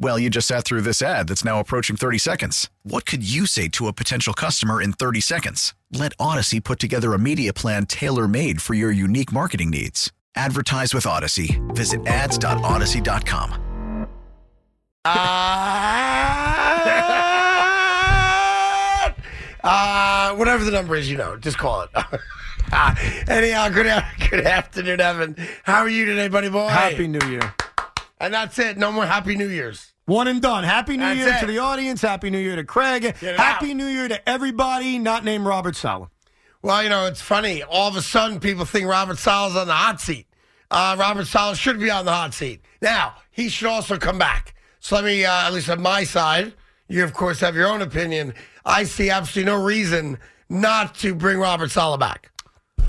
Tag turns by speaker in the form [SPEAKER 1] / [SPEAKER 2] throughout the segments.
[SPEAKER 1] Well, you just sat through this ad that's now approaching 30 seconds. What could you say to a potential customer in 30 seconds? Let Odyssey put together a media plan tailor made for your unique marketing needs. Advertise with Odyssey. Visit ads.odyssey.com.
[SPEAKER 2] Uh, uh, whatever the number is, you know, just call it. Uh, anyhow, good, a- good afternoon, Evan. How are you today, buddy boy?
[SPEAKER 3] Happy New Year.
[SPEAKER 2] And that's it. No more Happy New Year's.
[SPEAKER 3] One and done. Happy New
[SPEAKER 2] That's
[SPEAKER 3] Year
[SPEAKER 2] it.
[SPEAKER 3] to the audience. Happy New Year to Craig.
[SPEAKER 2] it
[SPEAKER 3] Happy
[SPEAKER 2] out.
[SPEAKER 3] New Year to everybody not named Robert Sala.
[SPEAKER 2] Well, you know, it's funny. All of a sudden, people think Robert Sala's on the hot seat. Uh, Robert Sala should be on the hot seat. Now, he should also come back. So let me, uh, at least on my side, you, of course, have your own opinion. I see absolutely no reason not to bring Robert Sala back.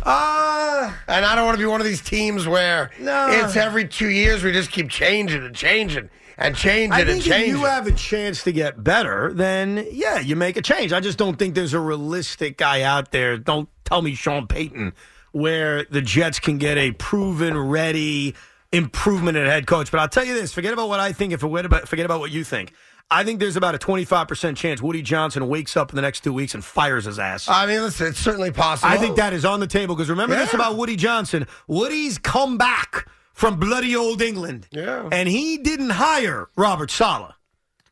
[SPEAKER 3] Uh,
[SPEAKER 2] And I don't want to be one of these teams where
[SPEAKER 3] No.
[SPEAKER 2] it's every two years we just keep changing and changing and changing
[SPEAKER 3] I
[SPEAKER 2] and
[SPEAKER 3] think if
[SPEAKER 2] changing.
[SPEAKER 3] you have a chance to get better, then yeah, you make a change. I just don't think there's a realistic guy out there. Don't tell me Sean Payton, where the Jets can get a proven, ready improvement at head coach. But I'll tell you this: forget about what I think, and forget about forget about what you think. I think there's about a 25% chance Woody Johnson wakes up in the next two weeks and fires his ass.
[SPEAKER 2] I mean, listen, it's certainly possible.
[SPEAKER 3] I think that is on the table because remember this
[SPEAKER 2] Yeah.
[SPEAKER 3] about Woody Johnson. Woody's come back from bloody old England.
[SPEAKER 2] Yeah.
[SPEAKER 3] And he didn't hire Robert Sala.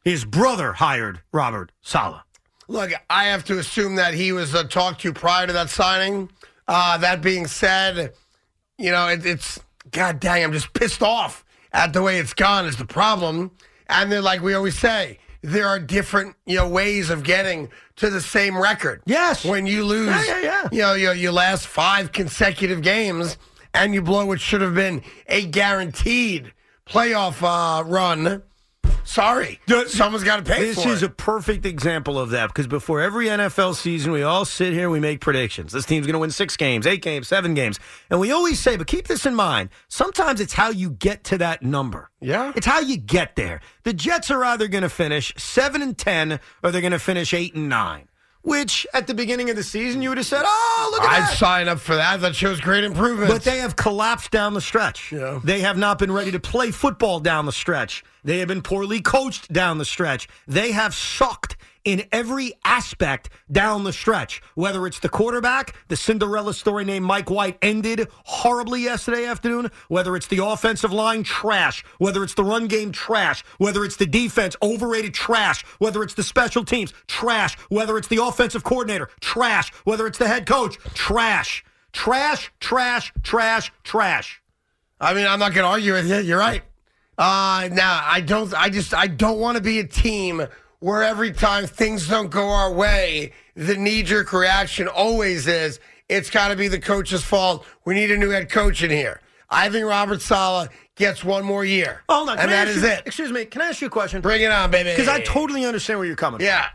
[SPEAKER 3] His brother hired Robert Sala.
[SPEAKER 2] Look, I have to assume that he was uh, talked to prior to that signing. Uh, that being said, you know, it, it's God dang, I'm just pissed off at the way it's gone. Is the problem? And then, like we always say, there are different you know ways of getting to the same record.
[SPEAKER 3] Yes.
[SPEAKER 2] when you lose,
[SPEAKER 3] Yeah, yeah, yeah.
[SPEAKER 2] you know, your, your last five consecutive games, and you blow what should have been a guaranteed playoff uh, run. Sorry,
[SPEAKER 3] Dude,
[SPEAKER 2] someone's got to pay
[SPEAKER 3] This
[SPEAKER 2] for
[SPEAKER 3] is
[SPEAKER 2] it.
[SPEAKER 3] a perfect example of that because before every NFL season, we all sit here, we make predictions. This team's going to win six games, eight games, seven games. And we always say, but keep this in mind sometimes it's how you get to that number.
[SPEAKER 2] Yeah.
[SPEAKER 3] It's how you get there. The Jets are either going to finish 7 and 10 or they're going to finish 8 and 9, which at the beginning of the season, you would have said, oh, look at
[SPEAKER 2] I'd
[SPEAKER 3] that.
[SPEAKER 2] sign up for that. That shows great improvement.
[SPEAKER 3] But they have collapsed down the stretch.
[SPEAKER 2] Yeah.
[SPEAKER 3] They have not been ready to play football down the stretch. They have been poorly coached down the stretch. They have sucked in every aspect down the stretch. Whether it's the quarterback, the Cinderella story named Mike White ended horribly yesterday afternoon. Whether it's the offensive line, trash. Whether it's the run game, trash. Whether it's the defense, overrated trash. Whether it's the special teams, trash. Whether it's the offensive coordinator, trash. Whether it's the head coach, trash. Trash, trash, trash, trash.
[SPEAKER 2] I mean, I'm not going to argue with you. You're right. Uh, now, I don't. I just. I don't want to be a team where every time things don't go our way, the knee-jerk reaction always is it's got to be the coach's fault. We need a new head coach in here. I think Robert Sala gets one more year.
[SPEAKER 3] Hold on,
[SPEAKER 2] and that
[SPEAKER 3] I ask
[SPEAKER 2] is
[SPEAKER 3] you-
[SPEAKER 2] it.
[SPEAKER 3] Excuse me, can I ask you a question?
[SPEAKER 2] Bring it on, baby.
[SPEAKER 3] Because I totally understand where you're coming. from.
[SPEAKER 2] Yeah,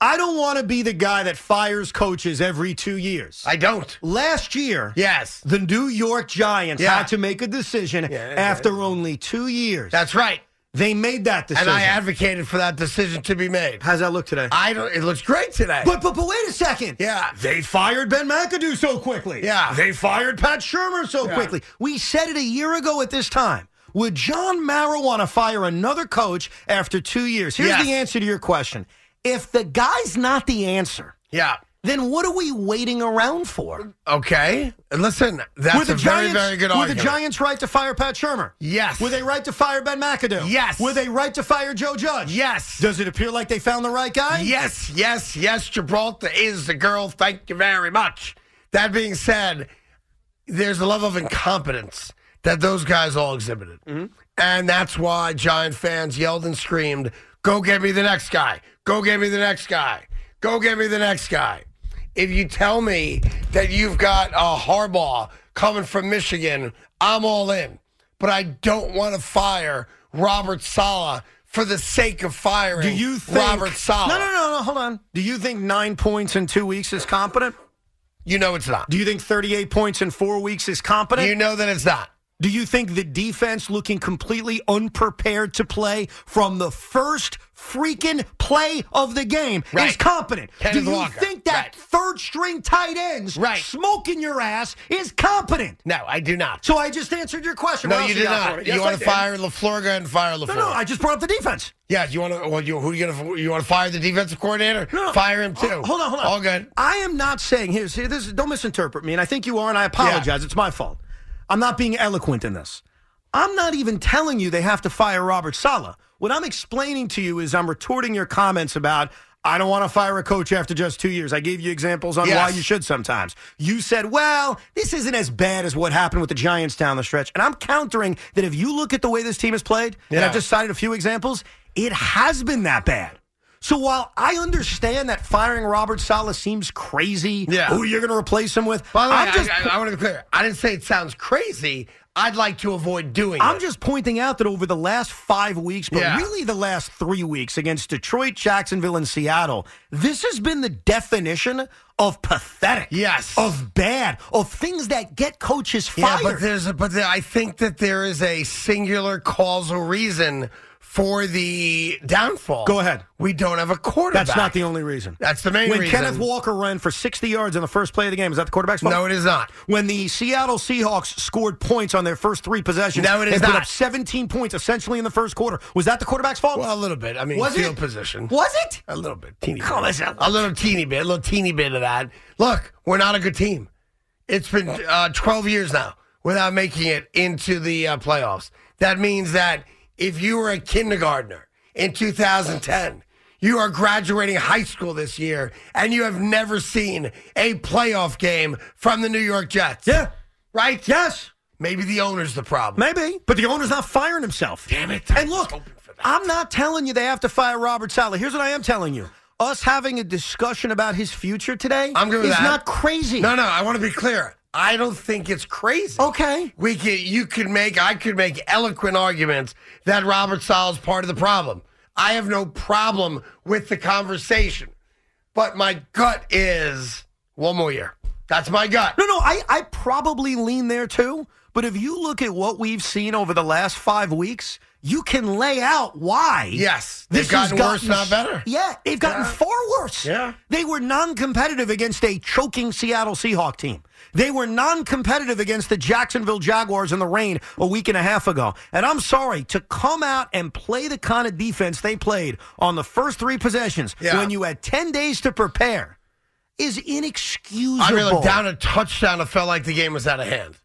[SPEAKER 3] I don't want to be the guy that fires coaches every two years.
[SPEAKER 2] I don't.
[SPEAKER 3] Last year,
[SPEAKER 2] Yes,
[SPEAKER 3] the New York Giants
[SPEAKER 2] Yeah.
[SPEAKER 3] had to make a decision
[SPEAKER 2] Yeah, yeah.
[SPEAKER 3] after only two years.
[SPEAKER 2] that's right.
[SPEAKER 3] they made that decision.
[SPEAKER 2] And I advocated for that decision to be made.
[SPEAKER 3] How's that look today?
[SPEAKER 2] I don't. It looks great today.
[SPEAKER 3] but, but but wait a second.
[SPEAKER 2] yeah,
[SPEAKER 3] They fired Ben McAdoo so quickly.
[SPEAKER 2] Yeah.
[SPEAKER 3] They fired Pat Shermer so
[SPEAKER 2] Yeah.
[SPEAKER 3] quickly. We said it a year ago at this time. Would John Mara want to fire another coach after two years? Here's
[SPEAKER 2] Yes.
[SPEAKER 3] the answer to your question. If the guy's not the answer,
[SPEAKER 2] yeah.
[SPEAKER 3] then what are we waiting around for?
[SPEAKER 2] Okay. And listen, that's
[SPEAKER 3] were the
[SPEAKER 2] a
[SPEAKER 3] Giants,
[SPEAKER 2] very, very good
[SPEAKER 3] were
[SPEAKER 2] argument.
[SPEAKER 3] the Giants right to fire Pat Shermer?
[SPEAKER 2] Yes.
[SPEAKER 3] Were they right to fire Ben McAdoo?
[SPEAKER 2] Yes.
[SPEAKER 3] Were they right to fire Joe Judge?
[SPEAKER 2] Yes.
[SPEAKER 3] Does it appear like they found the right guy?
[SPEAKER 2] yes, yes, yes. Gibraltar is the girl. Thank you very much. That being
[SPEAKER 3] Mm-hmm.
[SPEAKER 2] said, there's a level of incompetence that those guys all exhibited. And that's why Giant fans yelled and screamed, Go get me the next guy. Go get me the next guy. Go get me the next guy. If you tell me that you've got a Harbaugh coming from Michigan, I'm all in. But I don't want to fire Robert Sala for the sake of firing
[SPEAKER 3] Do you think
[SPEAKER 2] Robert Sala.
[SPEAKER 3] No, no, no, no. Hold on. Do you think nine points in two weeks is competent?
[SPEAKER 2] You know it's not.
[SPEAKER 3] Do you think 38 points in four weeks is competent?
[SPEAKER 2] You know that it's not.
[SPEAKER 3] Do you think the defense looking completely unprepared to play from the first freaking play of the game is
[SPEAKER 2] Right.
[SPEAKER 3] competent?
[SPEAKER 2] Kenneth
[SPEAKER 3] Do you
[SPEAKER 2] Walker.
[SPEAKER 3] think that
[SPEAKER 2] Right.
[SPEAKER 3] third string tight ends
[SPEAKER 2] Right.
[SPEAKER 3] smoking your ass is competent?
[SPEAKER 2] No, I do not.
[SPEAKER 3] So I just answered your question.
[SPEAKER 2] No,
[SPEAKER 3] What else
[SPEAKER 2] you did
[SPEAKER 3] got for
[SPEAKER 2] not.
[SPEAKER 3] me?
[SPEAKER 2] you
[SPEAKER 3] Yes,
[SPEAKER 2] want to
[SPEAKER 3] I did.
[SPEAKER 2] fire LaFleur, go ahead and fire LaFleur.
[SPEAKER 3] No, no, I just brought up the defense.
[SPEAKER 2] Yeah, you want to? Well, you, who are you going to? You want to fire the defensive coordinator?
[SPEAKER 3] No, no.
[SPEAKER 2] Fire him too.
[SPEAKER 3] Oh, hold on, hold on.
[SPEAKER 2] All good.
[SPEAKER 3] I am not saying here's here, this. is- Don't misinterpret me, and I think you are, and I apologize. It's my fault. I'm not being eloquent in this. I'm not even telling you they have to fire Robert Sala. What I'm explaining to you is I'm retorting your comments about I don't want to fire a coach after just two years. I gave you examples on why
[SPEAKER 2] Yes.
[SPEAKER 3] you should sometimes. You said, well, this isn't as bad as what happened with the Giants down the stretch. And I'm countering that if you look at the way this team has played, and
[SPEAKER 2] Yeah.
[SPEAKER 3] I've just cited a few examples, it has been that bad. So while I understand that firing Robert Sala seems crazy,
[SPEAKER 2] Yeah.
[SPEAKER 3] who you're going to replace him with,
[SPEAKER 2] By the way,
[SPEAKER 3] I'm just,
[SPEAKER 2] I, I, I want to be clear. I didn't say it sounds crazy. I'd like to avoid doing.
[SPEAKER 3] I'm
[SPEAKER 2] it.
[SPEAKER 3] just pointing out that over the last five weeks, but
[SPEAKER 2] Yeah.
[SPEAKER 3] really the last three weeks against Detroit, Jacksonville, and Seattle, this has been the definition of pathetic.
[SPEAKER 2] Yes.
[SPEAKER 3] Of bad. Of things that get coaches
[SPEAKER 2] Yeah,
[SPEAKER 3] fired.
[SPEAKER 2] but there's a, but there, I think that there is a singular causal reason for the downfall.
[SPEAKER 3] Go ahead.
[SPEAKER 2] We don't have a quarterback.
[SPEAKER 3] That's not the only reason.
[SPEAKER 2] That's the main
[SPEAKER 3] when
[SPEAKER 2] reason.
[SPEAKER 3] Kenneth Walker ran for 60 yards on the first play of the game, is that the quarterback's fault?
[SPEAKER 2] No, it is not.
[SPEAKER 3] When the Seattle Seahawks scored points on their first three possessions,
[SPEAKER 2] No, it is
[SPEAKER 3] and put
[SPEAKER 2] not.
[SPEAKER 3] up 17 points essentially in the first quarter, was that the quarterback's fault?
[SPEAKER 2] Well, a little bit. I mean,
[SPEAKER 3] was
[SPEAKER 2] field
[SPEAKER 3] it?
[SPEAKER 2] position.
[SPEAKER 3] Was it?
[SPEAKER 2] A little bit, teeny.
[SPEAKER 3] Come
[SPEAKER 2] bit.
[SPEAKER 3] on,
[SPEAKER 2] a little teeny bit, a little teeny bit of that. Look, we're not a good team. It's been uh, 12 years now without making it into the uh, playoffs. That means that if you were a kindergartner in 2010, you are graduating high school this year, and you have never seen a playoff game from the New York Jets.
[SPEAKER 3] Yeah.
[SPEAKER 2] Right?
[SPEAKER 3] Yes.
[SPEAKER 2] Maybe the owner's the problem.
[SPEAKER 3] Maybe. But the owner's not firing himself.
[SPEAKER 2] Damn it. I
[SPEAKER 3] And
[SPEAKER 2] was
[SPEAKER 3] look,
[SPEAKER 2] hoping for that.
[SPEAKER 3] I'm not telling you they have to fire Robert Sala. Here's what I am telling you. Us having a discussion about his future today
[SPEAKER 2] I'm good with
[SPEAKER 3] is
[SPEAKER 2] that.
[SPEAKER 3] not crazy.
[SPEAKER 2] No, no, I want to be clear. I don't think it's crazy.
[SPEAKER 3] Okay.
[SPEAKER 2] We could, you could make, I could make eloquent arguments that Robert Sala's part of the problem. I have no problem with the conversation, but my gut is one more year. That's my gut.
[SPEAKER 3] No, no, I, I probably lean there too. But if you look at what we've seen over the last five weeks, you can lay out why.
[SPEAKER 2] Yes, they've
[SPEAKER 3] has
[SPEAKER 2] gotten worse, not better.
[SPEAKER 3] Yeah, they've gotten far worse.
[SPEAKER 2] Yeah.
[SPEAKER 3] They were non competitive against a choking Seattle Seahawk team. They were non competitive against the Jacksonville Jaguars in the rain a week and a half ago. And I'm sorry, to come out and play the kind of defense they played on the first three possessions
[SPEAKER 2] Yeah.
[SPEAKER 3] when you had 10 days to prepare is inexcusable.
[SPEAKER 2] I mean, look, down a touchdown, it felt like the game was out of hand.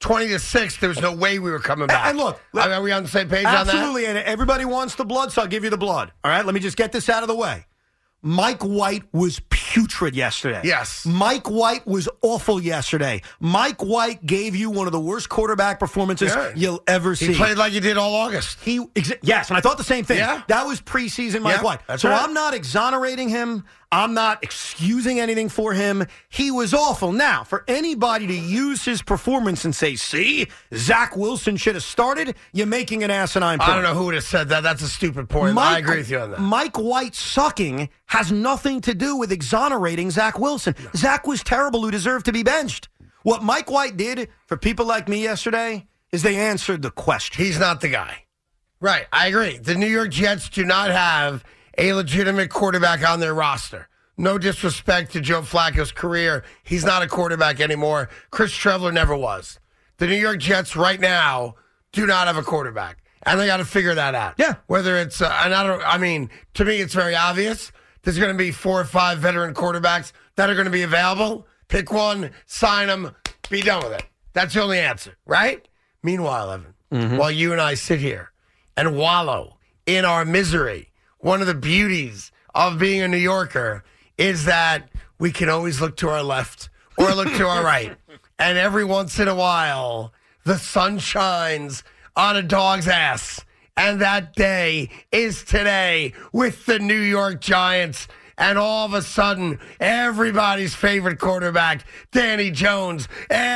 [SPEAKER 2] 20 to 6, there was no way we were coming back.
[SPEAKER 3] and look,
[SPEAKER 2] I mean, are we on the same page on that?
[SPEAKER 3] Absolutely, and everybody wants the blood, so I'll give you the blood. All right, let me just get this out of the way. Mike White was putrid yesterday.
[SPEAKER 2] Yes.
[SPEAKER 3] Mike White was awful yesterday. Mike White gave you one of the worst quarterback performances
[SPEAKER 2] Yeah.
[SPEAKER 3] you'll ever see.
[SPEAKER 2] He played like he did all August.
[SPEAKER 3] He exa- yes, and I thought the same thing.
[SPEAKER 2] Yeah.
[SPEAKER 3] That was preseason Mike
[SPEAKER 2] Yeah,
[SPEAKER 3] White.
[SPEAKER 2] that's
[SPEAKER 3] so
[SPEAKER 2] right.
[SPEAKER 3] I'm not exonerating him. I'm not excusing anything for him. He was awful. Now, for anybody to use his performance and say, "See, Zach Wilson should have started," you're making an asinine point.
[SPEAKER 2] I don't know who would have said that. That's a stupid point. I agree with you on that.
[SPEAKER 3] Mike White sucking has nothing to do with exonerating Zach Wilson. Zach was terrible, who deserved to be benched. What Mike White did for people like me yesterday is they answered the question.
[SPEAKER 2] He's not the guy. Right. I agree. The New York Jets do not have a legitimate quarterback on their roster. No disrespect to Joe Flacco's career. He's not a quarterback anymore. Chris Trevler never was. The New York Jets right now do not have a quarterback. And they got to figure that out.
[SPEAKER 3] Yeah.
[SPEAKER 2] Whether it's, uh, and I don't, I mean, to me, it's very obvious. There's going to be four or five veteran quarterbacks that are going to be available. Pick one, sign them, be done with it. That's the only answer, right? Meanwhile, Evan, while you and I sit here and wallow in our misery, one of the beauties of being a New Yorker is that we can always look to our left or look to our right. And every once in a while, the sun shines on a dog's ass. And that day is today with the New York Giants. And all of a sudden, everybody's favorite quarterback, Danny Jones,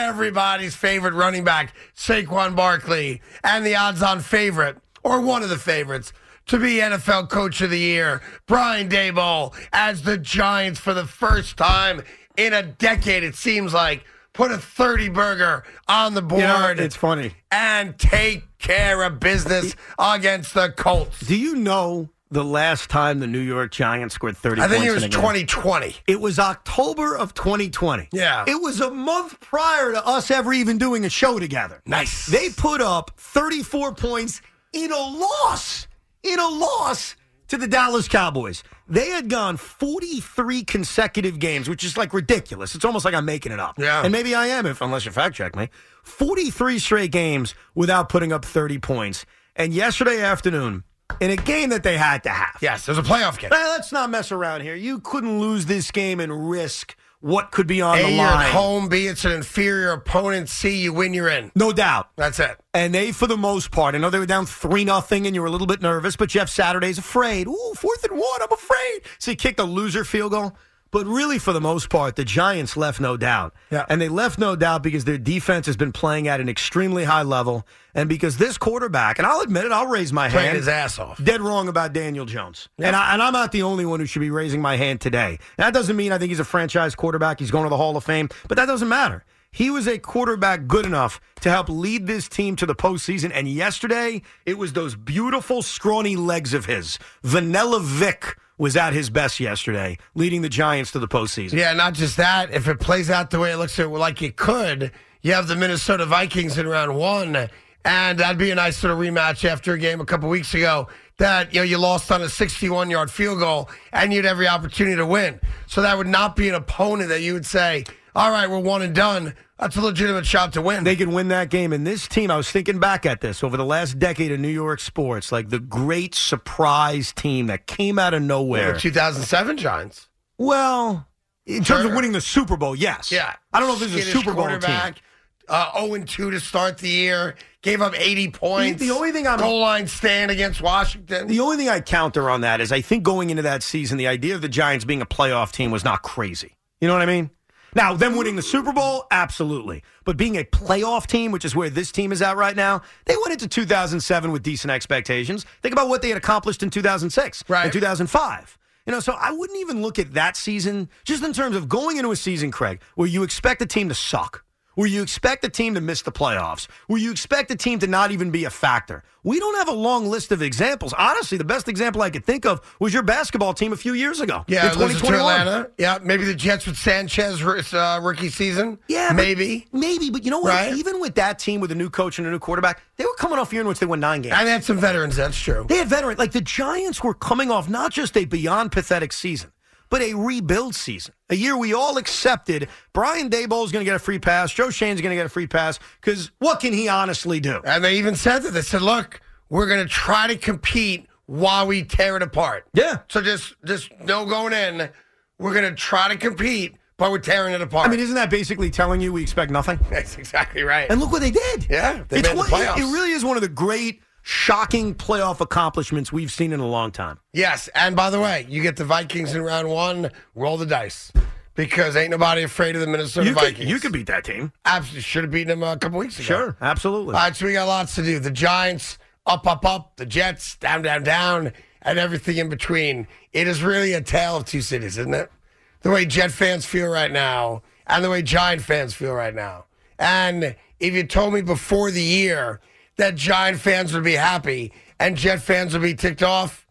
[SPEAKER 2] everybody's favorite running back, Saquon Barkley, and the odds on favorite, or one of the favorites, to be NFL Coach of the Year, Brian Dayball, as the Giants for the first time in a decade, it seems like, put a 30 burger on the board
[SPEAKER 3] You know, it's funny.
[SPEAKER 2] and take care of business against the Colts.
[SPEAKER 3] Do you know the last time the New York Giants scored 30
[SPEAKER 2] I think
[SPEAKER 3] points
[SPEAKER 2] it was
[SPEAKER 3] in a game?
[SPEAKER 2] 2020.
[SPEAKER 3] It was October of 2020.
[SPEAKER 2] Yeah.
[SPEAKER 3] It was a month prior to us ever even doing a show together.
[SPEAKER 2] Nice.
[SPEAKER 3] They put up 34 points in a loss, in a loss to the Dallas Cowboys. They had gone 43 consecutive games, which is like ridiculous. It's almost like I'm making it up.
[SPEAKER 2] Yeah.
[SPEAKER 3] And maybe I am, if unless you fact check me. 43 straight games without putting up 30 points. And yesterday afternoon, in a game that they had to have.
[SPEAKER 2] Yes, there's a playoff game.
[SPEAKER 3] Hey, let's not mess around here. You couldn't lose this game and risk what could be on
[SPEAKER 2] A,
[SPEAKER 3] the
[SPEAKER 2] you're at
[SPEAKER 3] line.
[SPEAKER 2] home. B, it's an inferior opponent. C, you win, you're in.
[SPEAKER 3] No doubt.
[SPEAKER 2] That's it.
[SPEAKER 3] And they, for the most part, I know they were down 3 nothing, and you were a little bit nervous, but Jeff Saturday's afraid. Ooh, fourth and one, I'm afraid. So he kicked a loser field goal. But really, for the most part, the Giants left no doubt.
[SPEAKER 2] Yeah.
[SPEAKER 3] And they left no doubt because their defense has been playing at an extremely high level. And because this quarterback, and I'll admit it, I'll raise my
[SPEAKER 2] Played
[SPEAKER 3] hand.
[SPEAKER 2] his ass off.
[SPEAKER 3] dead wrong about Daniel Jones. And, I, and I'm not the only one who should be raising my hand today. That doesn't mean I think he's a franchise quarterback. He's going to the Hall of Fame, but that doesn't matter. He was a quarterback good enough to help lead this team to the postseason. And yesterday, it was those beautiful, scrawny legs of his. Vanilla Vic was at his best yesterday, leading the Giants to the postseason.
[SPEAKER 2] Yeah, not just that. If it plays out the way it looks like it could, you have the Minnesota Vikings in round one, and that'd be a nice little rematch after a game a couple weeks ago that you know you lost on a 61-yard field goal, and you'd every opportunity to win. So that would not be an opponent that you would say, "All right, we're one and done." That's a legitimate shot to win.
[SPEAKER 3] they could win that game. And this team, I was thinking back at this over the last decade of New York sports, like the great surprise team that came out of nowhere.
[SPEAKER 2] the 2007 Giants.
[SPEAKER 3] Well, in terms of
[SPEAKER 2] Sure.
[SPEAKER 3] winning the Super Bowl, yes.
[SPEAKER 2] Yeah.
[SPEAKER 3] I don't know if this is a
[SPEAKER 2] Skittish
[SPEAKER 3] Super Bowl team.
[SPEAKER 2] quarterback, Uh, 0 2 to start the year. Gave up 80 points.
[SPEAKER 3] The- the only thing I'm-
[SPEAKER 2] Goal line stand against Washington.
[SPEAKER 3] The only thing I counter on that is I think going into that season, the idea of the Giants being a playoff team was not crazy. You know what I mean? Now, them winning the Super Bowl, absolutely. But being a playoff team, which is where this team is at right now, they went into 2007 with decent expectations. Think about what they had accomplished in 2006
[SPEAKER 2] Right.
[SPEAKER 3] and 2005. You know, so I wouldn't even look at that season just in terms of going into a season, Craig, where you expect a team to suck, where you expect a team to miss the playoffs, where you expect a team to not even be a factor. We don't have a long list of examples. Honestly, the best example I could think of was your basketball team a few years ago.
[SPEAKER 2] yeah,
[SPEAKER 3] in
[SPEAKER 2] loses to
[SPEAKER 3] 2021.
[SPEAKER 2] Atlanta. Yeah, maybe the Jets with Sanchez uh, rookie season.
[SPEAKER 3] Yeah, but-
[SPEAKER 2] maybe.
[SPEAKER 3] maybe, but you know what?
[SPEAKER 2] Right.
[SPEAKER 3] Even with that team, with a new coach and a new quarterback, they were coming off a year in which they won nine games.
[SPEAKER 2] And they had some veterans. That's true.
[SPEAKER 3] They had veteran like the Giants were coming off not just a beyond pathetic season, but a rebuild season. A year we all accepted Brian Dayball is going to get a free pass, Joe Shane's going to get a free pass because what can he honestly do?
[SPEAKER 2] And they even said that. They said, look, we're going to try to compete while we tear it apart.
[SPEAKER 3] Yeah.
[SPEAKER 2] So just, just no going in. We're going to try to compete, but we're tearing it apart.
[SPEAKER 3] I mean, isn't that basically telling you we expect nothing?
[SPEAKER 2] that's exactly right.
[SPEAKER 3] And look what they did.
[SPEAKER 2] Yeah, they
[SPEAKER 3] it's
[SPEAKER 2] made the
[SPEAKER 3] one- it-
[SPEAKER 2] playoffs.
[SPEAKER 3] it really is one of the great, shocking playoff accomplishments we've seen in a long time.
[SPEAKER 2] Yes, and by the way, you get the Vikings in round one. Roll the dice because ain't nobody afraid of the Minnesota
[SPEAKER 3] you, could,
[SPEAKER 2] Vikings.
[SPEAKER 3] you could beat that team.
[SPEAKER 2] absolutely should have beaten them a couple weeks ago.
[SPEAKER 3] absolutely.
[SPEAKER 2] All right, so we got lots to do. The Giants up, up, up. The Jets down, down, down, and everything in between. It is really a tale of two cities, isn't it? The way Jet fans feel right now, and the way Giant fans feel right now. And if you told me before the year that Giant fans would be happy and Jet fans would be ticked off,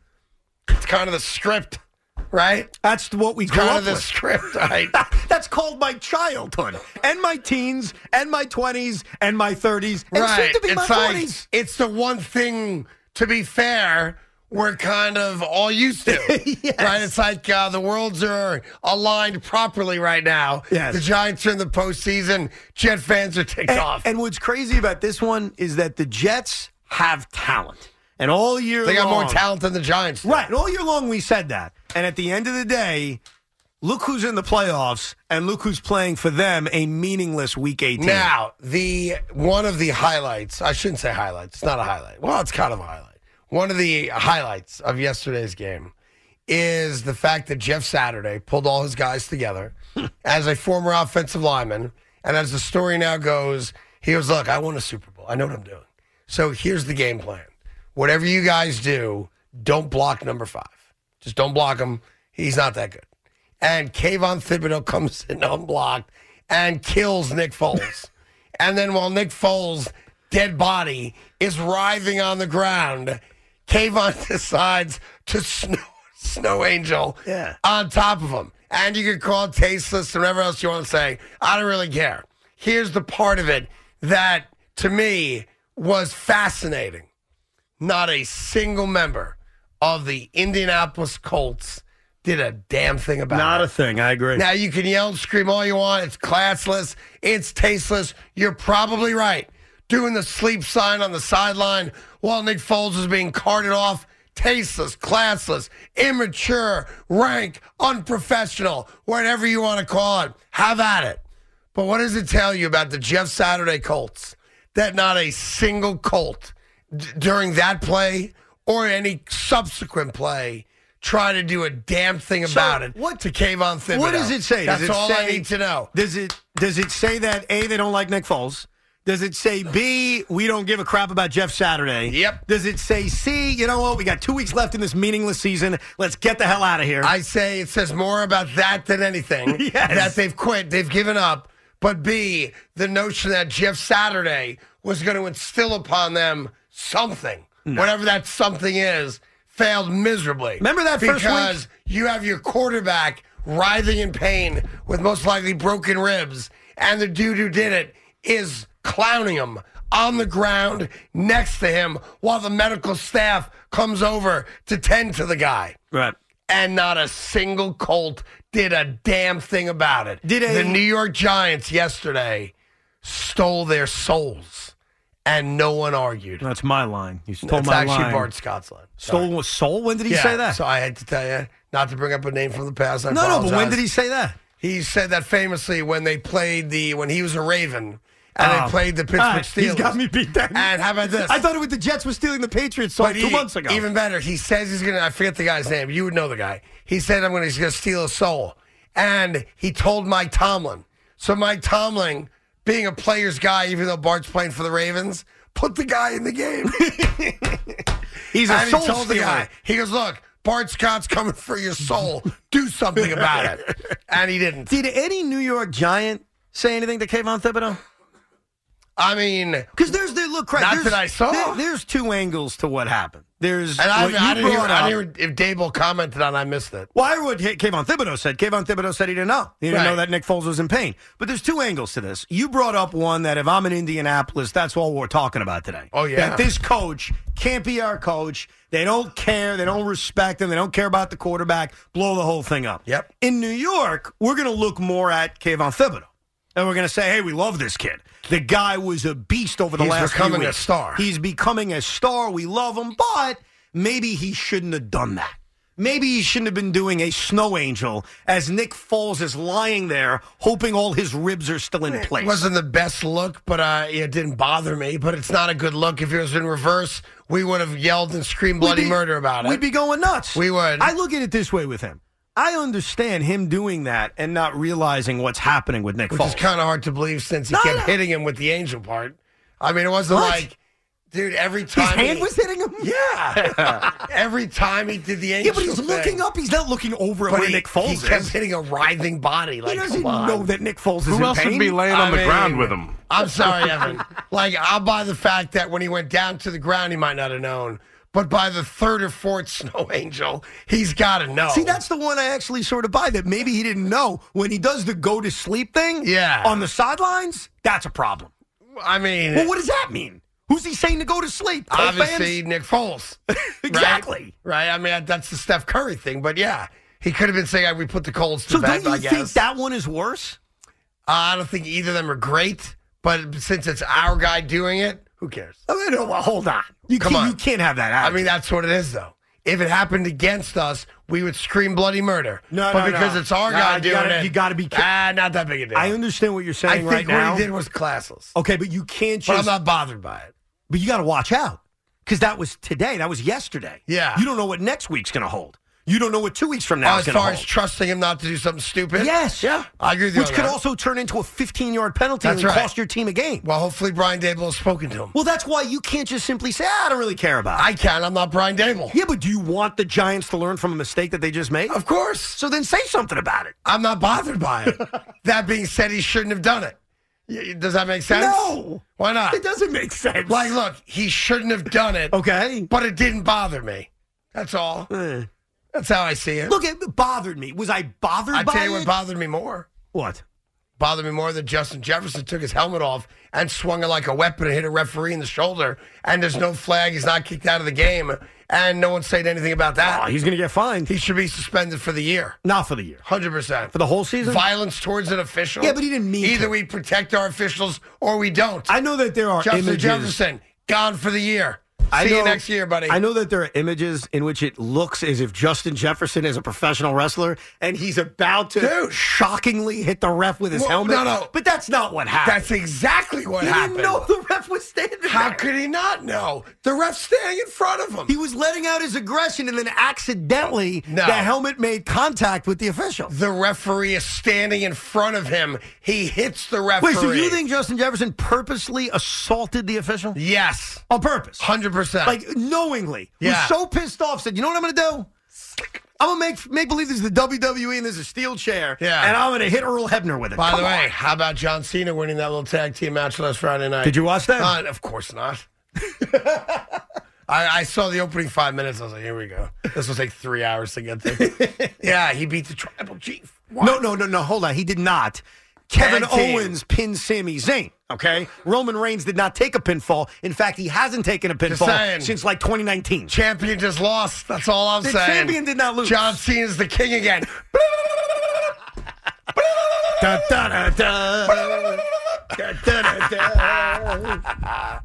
[SPEAKER 2] it's kind of the script, right?
[SPEAKER 3] That's what we grew
[SPEAKER 2] Kind
[SPEAKER 3] up
[SPEAKER 2] of the
[SPEAKER 3] with.
[SPEAKER 2] script, right?
[SPEAKER 3] That's called my childhood and my teens and my 20s and my 30s and soon
[SPEAKER 2] right.
[SPEAKER 3] to be my
[SPEAKER 2] it's like
[SPEAKER 3] 40s.
[SPEAKER 2] it's the one thing. To be fair, we're kind of all used to, right? It's like uh, the worlds are aligned properly right now.
[SPEAKER 3] Yes.
[SPEAKER 2] The Giants are in the postseason. Jet fans are ticked off.
[SPEAKER 3] And what's crazy about this one is that the Jets have talent. And all year
[SPEAKER 2] they got more
[SPEAKER 3] long-
[SPEAKER 2] talent than the Giants. do.
[SPEAKER 3] Right. And all year long we said that. And at the end of the day, Look who's in the playoffs, and look who's playing for them a meaningless week 18.
[SPEAKER 2] Now, the one of the highlights, I shouldn't say highlights, it's not a highlight. Well, it's kind of a highlight. One of the highlights of yesterday's game is the fact that Jeff Saturday pulled all his guys together as a former offensive lineman. And as the story now goes, he was, Look, I won a Super Bowl. I know what I'm doing. So here's the game plan. Whatever you guys do, don't block number five. Just don't block him. He's not that good. And Kayvon Thibodeau comes in unblocked and kills Nick Foles. and then while Nick Foles' dead body is writhing on the ground, Kayvon decides to snow, snow angel
[SPEAKER 3] Yeah.
[SPEAKER 2] on top of him. And you can call it tasteless and whatever else you want to say. I don't really care. Here's the part of it that to me was fascinating. Not a single member of the Indianapolis Colts did a damn thing about
[SPEAKER 3] Not
[SPEAKER 2] it.
[SPEAKER 3] a thing. I agree.
[SPEAKER 2] Now you can yell and scream all you want. It's classless. It's tasteless. You're probably right. Doing the sleep sign on the sideline while Nick Foles is being carted off. Tasteless, classless, immature, rank, unprofessional, whatever you want to call it. Have at it. But what does it tell you about the Jeff Saturday Colts? That not a single Colt d- during that play or any subsequent play tried to do a damn thing about it
[SPEAKER 3] what-
[SPEAKER 2] to Kayvon Thibodeau.
[SPEAKER 3] What does it say? Does
[SPEAKER 2] That's
[SPEAKER 3] it
[SPEAKER 2] all
[SPEAKER 3] say,
[SPEAKER 2] I need to know.
[SPEAKER 3] Does it does it say that A, they don't like Nick Foles? Does it say B, we don't give a crap about Jeff Saturday?
[SPEAKER 2] Yep.
[SPEAKER 3] Does it say C, you know what, we got two weeks left in this meaningless season. Let's get the hell out of here.
[SPEAKER 2] I say it says more about that than anything.
[SPEAKER 3] Yes.
[SPEAKER 2] That they've quit, they've given up. But B, the notion that Jeff Saturday was going to instill upon them something, whatever that something is, failed miserably.
[SPEAKER 3] Remember that first
[SPEAKER 2] because
[SPEAKER 3] week?
[SPEAKER 2] you have your quarterback writhing in pain with most likely broken ribs, and the dude who did it is clowning him on the ground next to him while the medical staff comes over to tend to the guy
[SPEAKER 3] right.
[SPEAKER 2] and not a single Colt did a damn thing about it.
[SPEAKER 3] Did a-
[SPEAKER 2] the New York Giants yesterday stole their souls, and no one argued.
[SPEAKER 3] That's my line. You stole
[SPEAKER 2] That's
[SPEAKER 3] my
[SPEAKER 2] actually
[SPEAKER 3] line.
[SPEAKER 2] Bart Scott's line. Sorry.
[SPEAKER 3] Stole was soul? When did he
[SPEAKER 2] Yeah,
[SPEAKER 3] say that?
[SPEAKER 2] So I had to tell you not to bring up a name from the past. I
[SPEAKER 3] no, no, but when
[SPEAKER 2] apologize.
[SPEAKER 3] did he say that?
[SPEAKER 2] He said that famously when they played the when he was a Raven and
[SPEAKER 3] Oh.
[SPEAKER 2] they played the Pittsburgh
[SPEAKER 3] All right,
[SPEAKER 2] Steelers.
[SPEAKER 3] He's got me beat down.
[SPEAKER 2] And how about this?
[SPEAKER 3] I thought it was the Jets were stealing the Patriots song
[SPEAKER 2] But
[SPEAKER 3] two
[SPEAKER 2] he-
[SPEAKER 3] months ago.
[SPEAKER 2] Even better, he says he's gonna. I forget the guy's name. You would know the guy. He said I'm gonna. He's gonna steal a soul, and he told Mike Tomlin. So Mike Tomlin, being a player's guy, even though Bart's playing for the Ravens, put the guy in the game.
[SPEAKER 3] he's a
[SPEAKER 2] and
[SPEAKER 3] soul
[SPEAKER 2] he told the
[SPEAKER 3] stealer.
[SPEAKER 2] guy. He goes, look. Bart Scott's coming for your soul. Do something about it. And he didn't.
[SPEAKER 3] Did any New York Giant say anything to Kayvon Thibodeau?
[SPEAKER 2] I mean, and
[SPEAKER 3] Because there's the look. Right,
[SPEAKER 2] Not
[SPEAKER 3] there's-
[SPEAKER 2] that I saw.
[SPEAKER 3] there- there's two angles to what happened. There's
[SPEAKER 2] I,
[SPEAKER 3] what
[SPEAKER 2] I
[SPEAKER 3] you
[SPEAKER 2] didn't hear,
[SPEAKER 3] brought
[SPEAKER 2] I
[SPEAKER 3] up.
[SPEAKER 2] didn't hear if Dable commented on. I missed it.
[SPEAKER 3] Why would he- Kayvon Thibodeau said? Kayvon Thibodeau said he didn't know. He didn't
[SPEAKER 2] Right.
[SPEAKER 3] know that Nick Foles was in pain. But there's two angles to this. You brought up one that if I'm in Indianapolis, that's all we're talking about today.
[SPEAKER 2] Oh, yeah.
[SPEAKER 3] That this coach can't be our coach. They don't care. They don't respect him. They don't care about the quarterback. Blow the whole thing up.
[SPEAKER 2] Yep.
[SPEAKER 3] In New York, we're going to look more at Kayvon Thibodeau. And we're going to say, hey, we love this kid. The guy was a beast over the
[SPEAKER 2] He's
[SPEAKER 3] last few
[SPEAKER 2] becoming a
[SPEAKER 3] weeks.
[SPEAKER 2] star.
[SPEAKER 3] He's becoming a star. We love him, but maybe he shouldn't have done that. Maybe he shouldn't have been doing a snow angel as Nick Foles is lying there, hoping all his ribs are still in place.
[SPEAKER 2] It wasn't the best look, but uh, it didn't bother me. But it's not a good look. If it was in reverse, we would have yelled and screamed bloody
[SPEAKER 3] We'd be-
[SPEAKER 2] murder about it.
[SPEAKER 3] We'd be going nuts.
[SPEAKER 2] We would.
[SPEAKER 3] I look at it this way with him. I understand him doing that and not realizing what's happening with Nick
[SPEAKER 2] which
[SPEAKER 3] Foles.
[SPEAKER 2] is kind of hard to believe since he
[SPEAKER 3] No,
[SPEAKER 2] kept
[SPEAKER 3] no.
[SPEAKER 2] hitting him with the angel part. I mean, it wasn't
[SPEAKER 3] What?
[SPEAKER 2] like, dude, every
[SPEAKER 3] his
[SPEAKER 2] time
[SPEAKER 3] hand
[SPEAKER 2] he-
[SPEAKER 3] was hitting him.
[SPEAKER 2] Yeah, every time he did the angel.
[SPEAKER 3] Yeah, but he's
[SPEAKER 2] thing,
[SPEAKER 3] looking up. He's not looking over at
[SPEAKER 2] But
[SPEAKER 3] where
[SPEAKER 2] he,
[SPEAKER 3] Nick Foles
[SPEAKER 2] he
[SPEAKER 3] is.
[SPEAKER 2] kept hitting a writhing body. Like,
[SPEAKER 3] he doesn't
[SPEAKER 2] come on.
[SPEAKER 3] know that Nick Foles is
[SPEAKER 4] Who
[SPEAKER 3] in
[SPEAKER 4] else
[SPEAKER 3] pain.
[SPEAKER 4] would be laying on
[SPEAKER 2] I
[SPEAKER 4] the
[SPEAKER 2] mean-
[SPEAKER 4] ground with him?
[SPEAKER 2] I'm sorry, Evan. like, I'll buy the fact that when he went down to the ground, he might not have known. But by the third or fourth snow angel, he's got to know.
[SPEAKER 3] See, that's the one I actually sort of buy that maybe he didn't know when he does the go to sleep thing.
[SPEAKER 2] Yeah.
[SPEAKER 3] on the sidelines, that's a problem.
[SPEAKER 2] I mean,
[SPEAKER 3] Well, what does that mean? Who's he saying to go to sleep? Colts fans?
[SPEAKER 2] obviously Nick Foles. right?
[SPEAKER 3] exactly.
[SPEAKER 2] Right? I mean, that's the Steph Curry thing, but yeah. He could have been saying, "Ah, we put the Colts to
[SPEAKER 3] So
[SPEAKER 2] bed,
[SPEAKER 3] don't you
[SPEAKER 2] I guess.
[SPEAKER 3] think that one is worse?
[SPEAKER 2] Uh, I don't think either of them are great, but since it's our guy doing it, who cares? Oh,
[SPEAKER 3] I mean, no, well, hold on. You
[SPEAKER 2] Come
[SPEAKER 3] can't,
[SPEAKER 2] on.
[SPEAKER 3] you can't have that.
[SPEAKER 2] I
[SPEAKER 3] Attitude.
[SPEAKER 2] mean, that's what it is, though. if it happened against us, we would scream bloody murder.
[SPEAKER 3] No,
[SPEAKER 2] but
[SPEAKER 3] no,
[SPEAKER 2] because
[SPEAKER 3] no.
[SPEAKER 2] it's our
[SPEAKER 3] No,
[SPEAKER 2] guy
[SPEAKER 3] you
[SPEAKER 2] doing
[SPEAKER 3] gotta-
[SPEAKER 2] it.
[SPEAKER 3] you gotta be ki-
[SPEAKER 2] ah, not that big a deal.
[SPEAKER 3] I understand what you're
[SPEAKER 2] I
[SPEAKER 3] saying
[SPEAKER 2] think
[SPEAKER 3] right
[SPEAKER 2] what
[SPEAKER 3] now.
[SPEAKER 2] he did was classless,
[SPEAKER 3] okay, but you can't
[SPEAKER 2] but I'm
[SPEAKER 3] just.
[SPEAKER 2] not bothered by it.
[SPEAKER 3] but you got to watch out because that was today. That was yesterday.
[SPEAKER 2] Yeah.
[SPEAKER 3] You don't know what next week's going to hold. You don't know what two weeks from now
[SPEAKER 2] Oh,
[SPEAKER 3] is
[SPEAKER 2] as
[SPEAKER 3] going to
[SPEAKER 2] far
[SPEAKER 3] hold.
[SPEAKER 2] as trusting him not to do something stupid.
[SPEAKER 3] yes.
[SPEAKER 2] yeah, I agree with you.
[SPEAKER 3] Which
[SPEAKER 2] on
[SPEAKER 3] could
[SPEAKER 2] that.
[SPEAKER 3] also turn into a 15 yard penalty
[SPEAKER 2] That's
[SPEAKER 3] and
[SPEAKER 2] right.
[SPEAKER 3] cost your team a game.
[SPEAKER 2] Well, hopefully Brian Dable has spoken to him.
[SPEAKER 3] Well, that's why you can't just simply say, "Ah, I don't really care about it.
[SPEAKER 2] I can. I'm not Brian Dable.
[SPEAKER 3] yeah, but do you want the Giants to learn from a mistake that they just made?
[SPEAKER 2] Of course.
[SPEAKER 3] So then say something about it.
[SPEAKER 2] I'm not bothered by it. that being said, he shouldn't have done it. Y- Does that make sense?
[SPEAKER 3] No.
[SPEAKER 2] Why not?
[SPEAKER 3] It doesn't make sense.
[SPEAKER 2] Like, look, he shouldn't have done it,
[SPEAKER 3] okay.
[SPEAKER 2] but it didn't bother me. That's all.
[SPEAKER 3] Eh.
[SPEAKER 2] That's how I see it.
[SPEAKER 3] Look, it bothered me. Was I bothered
[SPEAKER 2] I
[SPEAKER 3] by
[SPEAKER 2] tell you
[SPEAKER 3] it?
[SPEAKER 2] what bothered me more.
[SPEAKER 3] what?
[SPEAKER 2] Bothered me more that Justin Jefferson took his helmet off and swung it like a weapon and hit a referee in the shoulder. And there's no flag. He's not kicked out of the game. And no one said anything about
[SPEAKER 3] Oh,
[SPEAKER 2] that.
[SPEAKER 3] he's going to get fined.
[SPEAKER 2] Ah. He should be suspended for the year.
[SPEAKER 3] Not for the year.
[SPEAKER 2] 100%.
[SPEAKER 3] For the whole season?
[SPEAKER 2] violence towards an official.
[SPEAKER 3] Yeah, but he didn't mean
[SPEAKER 2] Either
[SPEAKER 3] to.
[SPEAKER 2] we protect our officials or we don't.
[SPEAKER 3] I know that there are
[SPEAKER 2] Justin
[SPEAKER 3] images.
[SPEAKER 2] Jefferson gone for the year.
[SPEAKER 3] I
[SPEAKER 2] See
[SPEAKER 3] know-
[SPEAKER 2] you next year, buddy.
[SPEAKER 3] I know that there are images in which it looks as if Justin Jefferson is a professional wrestler and he's about to
[SPEAKER 2] Dude.
[SPEAKER 3] shockingly hit the ref with his
[SPEAKER 2] Well,
[SPEAKER 3] helmet.
[SPEAKER 2] no, no.
[SPEAKER 3] But that's not what happened.
[SPEAKER 2] That's exactly what
[SPEAKER 3] he
[SPEAKER 2] happened.
[SPEAKER 3] didn't know the ref was standing
[SPEAKER 2] How
[SPEAKER 3] there.
[SPEAKER 2] could he not know? The ref's standing in front of him.
[SPEAKER 3] He was letting out his aggression, and then accidentally,
[SPEAKER 2] No.
[SPEAKER 3] the helmet made contact with the official.
[SPEAKER 2] the referee is standing in front of him. He hits the referee.
[SPEAKER 3] Wait, so you think Justin Jefferson purposely assaulted the official?
[SPEAKER 2] Yes,
[SPEAKER 3] On purpose?
[SPEAKER 2] hundred percent.
[SPEAKER 3] Like, knowingly.
[SPEAKER 2] Yeah.
[SPEAKER 3] Was so pissed off, said, you know what I'm going to do? I'm going to make make believe this is the WWE and this is a steel chair.
[SPEAKER 2] Yeah.
[SPEAKER 3] And I'm going to hit Earl Hebner with it.
[SPEAKER 2] By
[SPEAKER 3] Come
[SPEAKER 2] the
[SPEAKER 3] on.
[SPEAKER 2] way, how about John Cena winning that little tag team match last Friday night?
[SPEAKER 3] Did you watch that?
[SPEAKER 2] Uh, of course not. I, I saw the opening five minutes. I was like, here we go. This will take three hours to get there. yeah, he beat the tribal chief. What?
[SPEAKER 3] No, no, no, no. Hold on. He did not. Kevin
[SPEAKER 2] Tag team.
[SPEAKER 3] Owens pinned Sami Zayn. Okay. Roman Reigns did not take a pinfall. In fact, he hasn't taken a pinfall
[SPEAKER 2] saying.
[SPEAKER 3] since like 2019.
[SPEAKER 2] Champion just lost. That's all I'm
[SPEAKER 3] The
[SPEAKER 2] saying.
[SPEAKER 3] champion did not lose.
[SPEAKER 2] John Cena's the king again.
[SPEAKER 3] Da, da, da, da. Da, da, da, da.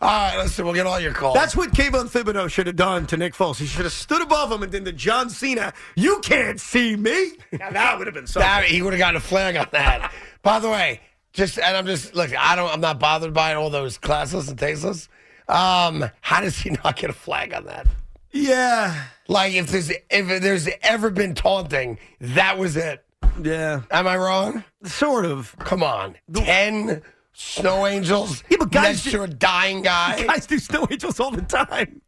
[SPEAKER 2] all right, listen, we'll get all your calls.
[SPEAKER 3] That's what Kayvon Thibodeau should have done to Nick Foles. He should have stood above him and did the John Cena. You can't see me. Now that would have been something.
[SPEAKER 2] That- he would have gotten a flag on that. By the way, just and I'm just look. I don't. I'm not bothered by all those classless and tasteless. Um, how does he not get a flag on that?
[SPEAKER 3] yeah,
[SPEAKER 2] Like if there's if there's ever been taunting, that was it.
[SPEAKER 3] yeah,
[SPEAKER 2] Am I wrong?
[SPEAKER 3] sort of.
[SPEAKER 2] Come on, ten snow angels
[SPEAKER 3] Yeah, but guys
[SPEAKER 2] next
[SPEAKER 3] ju-
[SPEAKER 2] to a dying guy.
[SPEAKER 3] Guys do snow angels all the time.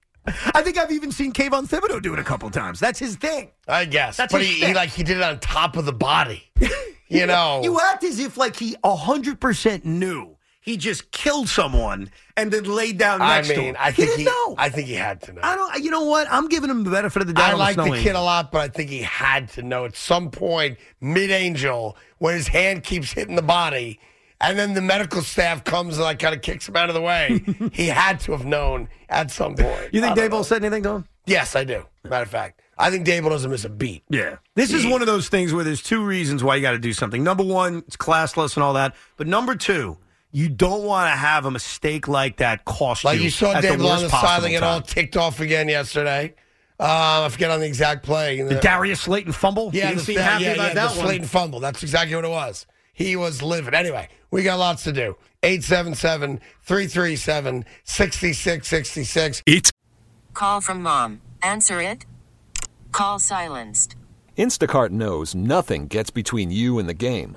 [SPEAKER 3] I think I've even seen Kayvon Thibodeau do it a couple times. That's his thing.
[SPEAKER 2] I guess,
[SPEAKER 3] That's
[SPEAKER 2] but
[SPEAKER 3] his
[SPEAKER 2] he,
[SPEAKER 3] thing.
[SPEAKER 2] he like he did it on top of the body. You know,
[SPEAKER 3] You act as if like he hundred percent knew he just killed someone and then laid down
[SPEAKER 2] I
[SPEAKER 3] next to
[SPEAKER 2] mean,
[SPEAKER 3] him.
[SPEAKER 2] I think
[SPEAKER 3] he
[SPEAKER 2] he,
[SPEAKER 3] didn't know.
[SPEAKER 2] I think he had to know.
[SPEAKER 3] I don't. You know what? I'm giving him the benefit of the doubt.
[SPEAKER 2] I
[SPEAKER 3] on
[SPEAKER 2] like
[SPEAKER 3] snow
[SPEAKER 2] the kid
[SPEAKER 3] angel.
[SPEAKER 2] a lot, but I think he had to know at some point, mid angel, when his hand keeps hitting the body, and then the medical staff comes and like kind of kicks him out of the way. he had to have known at some point.
[SPEAKER 3] You think
[SPEAKER 2] I don't
[SPEAKER 3] Dayball
[SPEAKER 2] know.
[SPEAKER 3] said anything to him?
[SPEAKER 2] Yes, I do. Matter of fact, I think Dable doesn't miss a beat.
[SPEAKER 3] Yeah. This is one of those things where there's two reasons why you got to do something. Number one, it's classless and all that. But number two, you don't want to have a mistake like that cost
[SPEAKER 2] Like
[SPEAKER 3] you.
[SPEAKER 2] you saw
[SPEAKER 3] at the
[SPEAKER 2] Dable on
[SPEAKER 3] worst
[SPEAKER 2] the
[SPEAKER 3] possible
[SPEAKER 2] sideline get all
[SPEAKER 3] time.
[SPEAKER 2] ticked off again yesterday. Um, I forget on the exact play.
[SPEAKER 3] The Darius Slayton fumble?
[SPEAKER 2] Yeah,
[SPEAKER 3] you didn't
[SPEAKER 2] the-
[SPEAKER 3] seem
[SPEAKER 2] yeah,
[SPEAKER 3] happy
[SPEAKER 2] yeah,
[SPEAKER 3] about
[SPEAKER 2] yeah,
[SPEAKER 3] that
[SPEAKER 2] the
[SPEAKER 3] one.
[SPEAKER 2] Slayton fumble. That's exactly what it was. He was livid. Anyway, we got lots to do. 877-337-6666.
[SPEAKER 4] Call from mom. Answer it. Call silenced.
[SPEAKER 5] Instacart knows nothing gets between you and the game.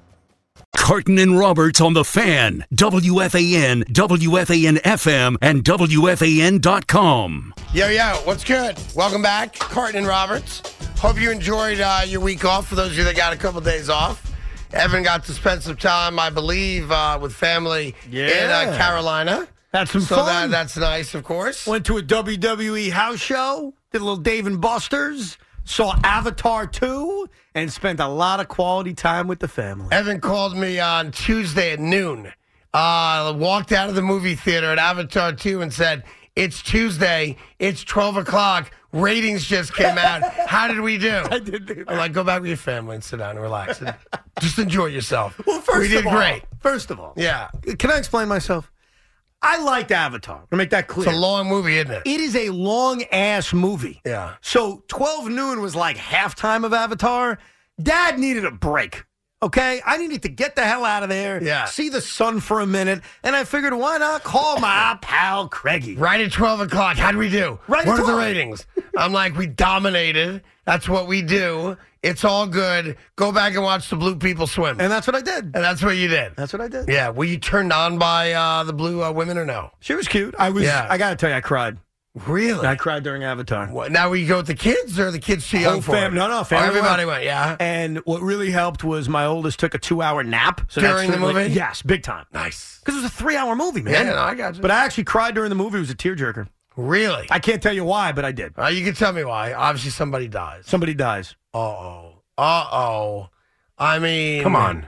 [SPEAKER 6] Carton and Roberts on the fan, WFAN, WFAN FM, and WFAN.com.
[SPEAKER 2] Yo, yo, what's good? Welcome back, Carton and Roberts. Hope you enjoyed uh, your week off. For those of you that got a couple days off, Evan got to spend some time, I believe, uh, with family in
[SPEAKER 3] Yeah.
[SPEAKER 2] uh, Carolina.
[SPEAKER 3] That's some
[SPEAKER 2] so
[SPEAKER 3] fun.
[SPEAKER 2] That, that's nice, of course.
[SPEAKER 3] Went to a WWE house show, did a little Dave and Buster's, saw Avatar 2, and spent a lot of quality time with the family.
[SPEAKER 2] Evan called me on Tuesday at noon. Uh, walked out of the movie theater at Avatar 2 and said, It's Tuesday. It's 12 o'clock. Ratings just came out. How did we do? I
[SPEAKER 3] did do
[SPEAKER 2] I'm like, go back with your family and sit down and relax. And just enjoy yourself.
[SPEAKER 3] Well, first
[SPEAKER 2] we did
[SPEAKER 3] of all,
[SPEAKER 2] great.
[SPEAKER 3] First of all,
[SPEAKER 2] Yeah.
[SPEAKER 3] Can I explain myself? I liked Avatar. To make that clear,
[SPEAKER 2] It's a long movie, isn't it?
[SPEAKER 3] It is a long ass movie.
[SPEAKER 2] Yeah.
[SPEAKER 3] So 12 noon was like halftime of Avatar. Dad needed a break. Okay. I needed to get the hell out of there.
[SPEAKER 2] Yeah.
[SPEAKER 3] See the sun for a minute. And I figured, why not call my pal Craigie?
[SPEAKER 2] Right at 12 o'clock. How'd we do?
[SPEAKER 3] Right at
[SPEAKER 2] What are the
[SPEAKER 3] 12.
[SPEAKER 2] ratings? I'm like, we dominated. That's what we do. It's all good. Go back and watch the blue people swim.
[SPEAKER 3] And that's what I did.
[SPEAKER 2] and that's what you did.
[SPEAKER 3] That's what I did.
[SPEAKER 2] Yeah, were you turned on by uh, the blue uh, women or no?
[SPEAKER 3] She was cute. I was,
[SPEAKER 2] Yeah.
[SPEAKER 3] I got to tell you, I cried.
[SPEAKER 2] Really?
[SPEAKER 3] I cried during Avatar.
[SPEAKER 2] what, now we go with the kids or the kids too young
[SPEAKER 3] Whole
[SPEAKER 2] for it?
[SPEAKER 3] fam- no, no,
[SPEAKER 2] Oh,
[SPEAKER 3] family
[SPEAKER 2] everybody
[SPEAKER 3] went.
[SPEAKER 2] went. Yeah,
[SPEAKER 3] And what really helped was my oldest took a two hour nap so
[SPEAKER 2] During the
[SPEAKER 3] that's certainly-
[SPEAKER 2] movie?
[SPEAKER 3] Yes, big time.
[SPEAKER 2] nice.
[SPEAKER 3] Because it was a three hour movie, man.
[SPEAKER 2] Yeah, no, I got you.
[SPEAKER 3] But I actually cried during the movie. It was a tearjerker.
[SPEAKER 2] Really?
[SPEAKER 3] I can't tell you why, but I did.
[SPEAKER 2] Uh, you can tell me why. Obviously, somebody dies.
[SPEAKER 3] Somebody dies.
[SPEAKER 2] Uh oh. Uh oh. I mean,
[SPEAKER 7] Come on.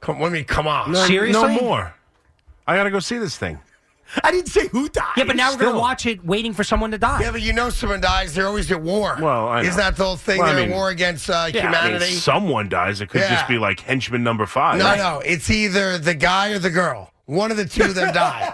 [SPEAKER 2] Come, what do you mean, come on?
[SPEAKER 7] Seriously? No more. I got to go see this thing.
[SPEAKER 3] I didn't say who died.
[SPEAKER 8] Yeah, but now we're going to
[SPEAKER 7] Still.
[SPEAKER 8] watch it waiting for someone to die.
[SPEAKER 2] Yeah, but you know, someone dies. They're always at war.
[SPEAKER 7] Well, I know.
[SPEAKER 2] isn't that the whole thing?
[SPEAKER 7] Well, I
[SPEAKER 2] They're at
[SPEAKER 7] mean-
[SPEAKER 2] war against uh,
[SPEAKER 7] Yeah, I mean,
[SPEAKER 2] humanity.
[SPEAKER 7] someone dies. It could
[SPEAKER 2] Yeah.
[SPEAKER 7] just be like henchman number five.
[SPEAKER 2] No, no, it's either the guy or the girl. One of the two of them die.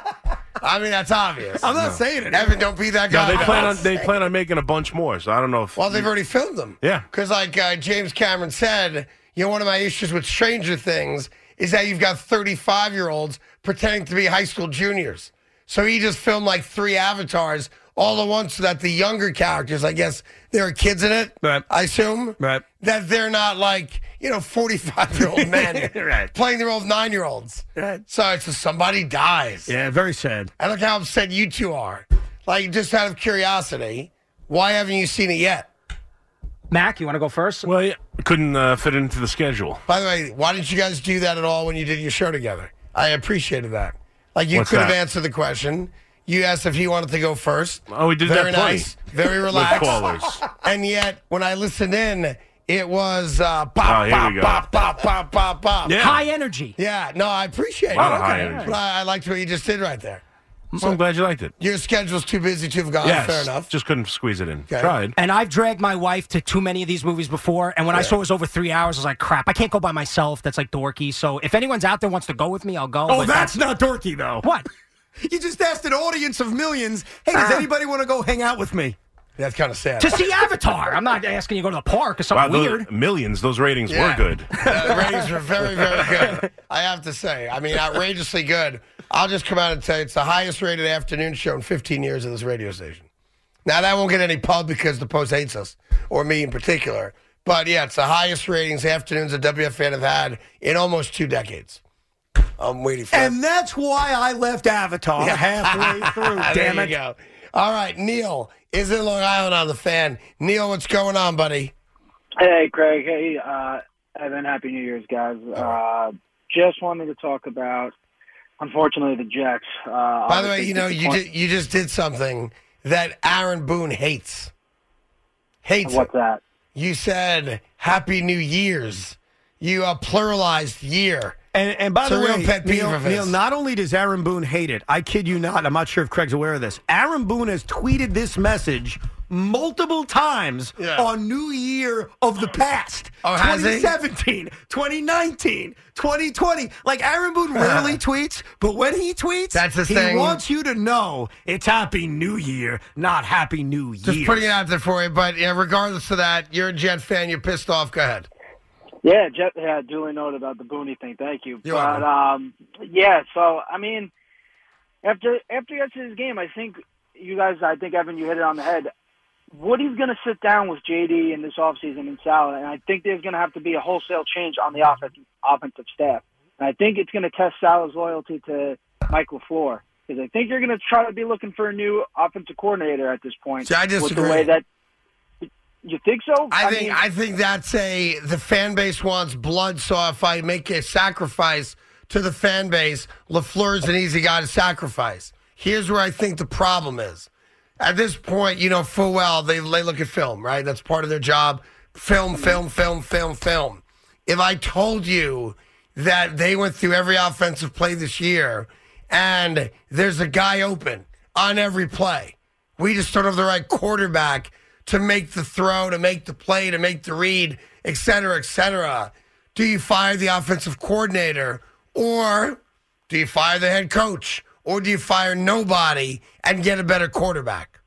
[SPEAKER 2] I mean, that's obvious.
[SPEAKER 3] I'm not saying it.
[SPEAKER 2] Evan, don't be that
[SPEAKER 7] No,
[SPEAKER 2] guy.
[SPEAKER 7] they plan on they plan on making a bunch more. So I don't know if
[SPEAKER 2] Well, they've already filmed them.
[SPEAKER 7] Yeah.
[SPEAKER 2] Because, like uh, James Cameron said, you know, one of my issues with Stranger Things is that you've got 35 year olds pretending to be high school juniors. So he just filmed like three avatars all at once so that the younger characters, I guess there are kids in it,
[SPEAKER 3] Right.
[SPEAKER 2] I assume,
[SPEAKER 3] Right.
[SPEAKER 2] that they're not like, you know, 45 year old men
[SPEAKER 3] Right.
[SPEAKER 2] playing their old nine year olds.
[SPEAKER 3] Right.
[SPEAKER 2] So it's just somebody dies.
[SPEAKER 3] Yeah, very sad.
[SPEAKER 2] I look how upset you two are. Like, just out of curiosity, why haven't you seen it yet?
[SPEAKER 8] Mac, you want to go first?
[SPEAKER 7] well, yeah, couldn't uh, fit into the schedule.
[SPEAKER 2] By the way, why didn't you guys do that at all when you did your show together? I appreciated that. Like you
[SPEAKER 7] What's
[SPEAKER 2] could have
[SPEAKER 7] that?
[SPEAKER 2] answered the question. You asked if he wanted to go first.
[SPEAKER 7] Oh, we did
[SPEAKER 2] very
[SPEAKER 7] that plenty.
[SPEAKER 2] nice, very
[SPEAKER 7] With
[SPEAKER 2] relaxed.
[SPEAKER 7] callers.
[SPEAKER 2] and yet, when I listened in, it was uh,
[SPEAKER 7] Oh,
[SPEAKER 2] bop,
[SPEAKER 7] here
[SPEAKER 2] bop,
[SPEAKER 7] we go.
[SPEAKER 2] bop, bop, bop, bop, bop.
[SPEAKER 7] Yeah.
[SPEAKER 8] High energy.
[SPEAKER 2] Yeah, no, I appreciate
[SPEAKER 7] Wow,
[SPEAKER 2] it.
[SPEAKER 7] high energy.
[SPEAKER 2] But I, I liked what you just did right there.
[SPEAKER 7] So I'm glad you liked it.
[SPEAKER 2] Your schedule's too busy to have gone.
[SPEAKER 7] yes,
[SPEAKER 2] Fair enough.
[SPEAKER 7] Just couldn't squeeze it in. Tried.
[SPEAKER 8] And I've dragged my wife to too many of these movies before. And when I saw it was over three hours, I was like, crap, I can't go by myself. That's like dorky. So if anyone's out there wants to go with me, I'll go.
[SPEAKER 3] Oh,
[SPEAKER 8] but
[SPEAKER 3] that's not dorky though.
[SPEAKER 8] What?
[SPEAKER 3] You just asked an audience of millions. Hey, does
[SPEAKER 7] Ah.
[SPEAKER 3] anybody want to go hang out with me?
[SPEAKER 2] That's kind of sad.
[SPEAKER 8] to see Avatar. I'm not asking you to go to the park or something
[SPEAKER 7] those-
[SPEAKER 8] weird.
[SPEAKER 7] millions. Those ratings
[SPEAKER 2] Yeah.
[SPEAKER 7] were good.
[SPEAKER 2] Uh, the ratings were very, very good. I have to say. I mean, outrageously good. I'll just come out and tell you it's the highest rated afternoon show in 15 years of this radio station. Now, that won't get any pub because the Post hates us, or me in particular. But yeah, it's the highest ratings afternoons that WFN have had in almost two decades. I'm waiting for
[SPEAKER 3] And that's why I left Avatar halfway through.
[SPEAKER 2] Ah, There
[SPEAKER 3] damn
[SPEAKER 2] you
[SPEAKER 3] it!
[SPEAKER 2] go. All right, Neil is in Long Island on the fan. Neil, what's going on, buddy?
[SPEAKER 9] Hey, Craig. Hey, uh, Evan. Happy New Year's, guys. Uh, just wanted to talk about, unfortunately, the Jets. Uh,
[SPEAKER 2] By the way,
[SPEAKER 9] obviously
[SPEAKER 2] you know you
[SPEAKER 9] disappoint-
[SPEAKER 2] ju- you just did something that Aaron Boone hates. Hates.
[SPEAKER 9] What's that?
[SPEAKER 2] You said Happy New Year's. You uh, pluralized year.
[SPEAKER 3] And, and by
[SPEAKER 2] It's a
[SPEAKER 3] the
[SPEAKER 2] real
[SPEAKER 3] way,
[SPEAKER 2] pet peeve
[SPEAKER 3] Neil,
[SPEAKER 2] of his.
[SPEAKER 3] Neil, not only does Aaron Boone hate it, I kid you not, I'm not sure if Craig's aware of this. Aaron Boone has tweeted this message multiple times on New Year of the past.
[SPEAKER 2] Oh, has he?
[SPEAKER 3] 2017, 2019, 2020. Like, Aaron Boone rarely tweets, but when he tweets,
[SPEAKER 2] That's his
[SPEAKER 3] he
[SPEAKER 2] thing.
[SPEAKER 3] wants you to know it's Happy New Year, not Happy New Year.
[SPEAKER 2] Just putting it out there for you. But yeah, regardless of that, you're a Jet fan. You're pissed off. Go ahead.
[SPEAKER 9] Yeah, Jet, yeah, duly noted about the Booney thing. Thank you.
[SPEAKER 2] You're
[SPEAKER 9] but um, yeah, so I mean, after after yesterday's game, I think you guys, I think Evan, you hit it on the head. Woody's going to sit down with JD in this offseason and Sal, and I think there's going to have to be a wholesale change on the offense, offensive staff. And I think it's going to test Sal's loyalty to Mike LaFleur because I think you're going to try to be looking for a new offensive coordinator at this point.
[SPEAKER 2] See, I
[SPEAKER 9] With the
[SPEAKER 2] disagree.
[SPEAKER 9] way that you think so?
[SPEAKER 2] I, think
[SPEAKER 9] mean-
[SPEAKER 2] I think that's a the fan base wants blood. So if I make a sacrifice to the fan base, Lafleur's an easy guy to sacrifice. Here's where I think the problem is. At this point, you know full well they they look at film, right? That's part of their job.
[SPEAKER 9] Mm-hmm.
[SPEAKER 2] Film, film, film, film, film. If I told you that they went through every offensive play this year and there's a guy open on every play. We just don't have the right quarterback to make the throw, to make the play, to make the read, et cetera, et cetera. Do you fire the offensive coordinator or do you fire the head coach or do you fire nobody and get a better quarterback?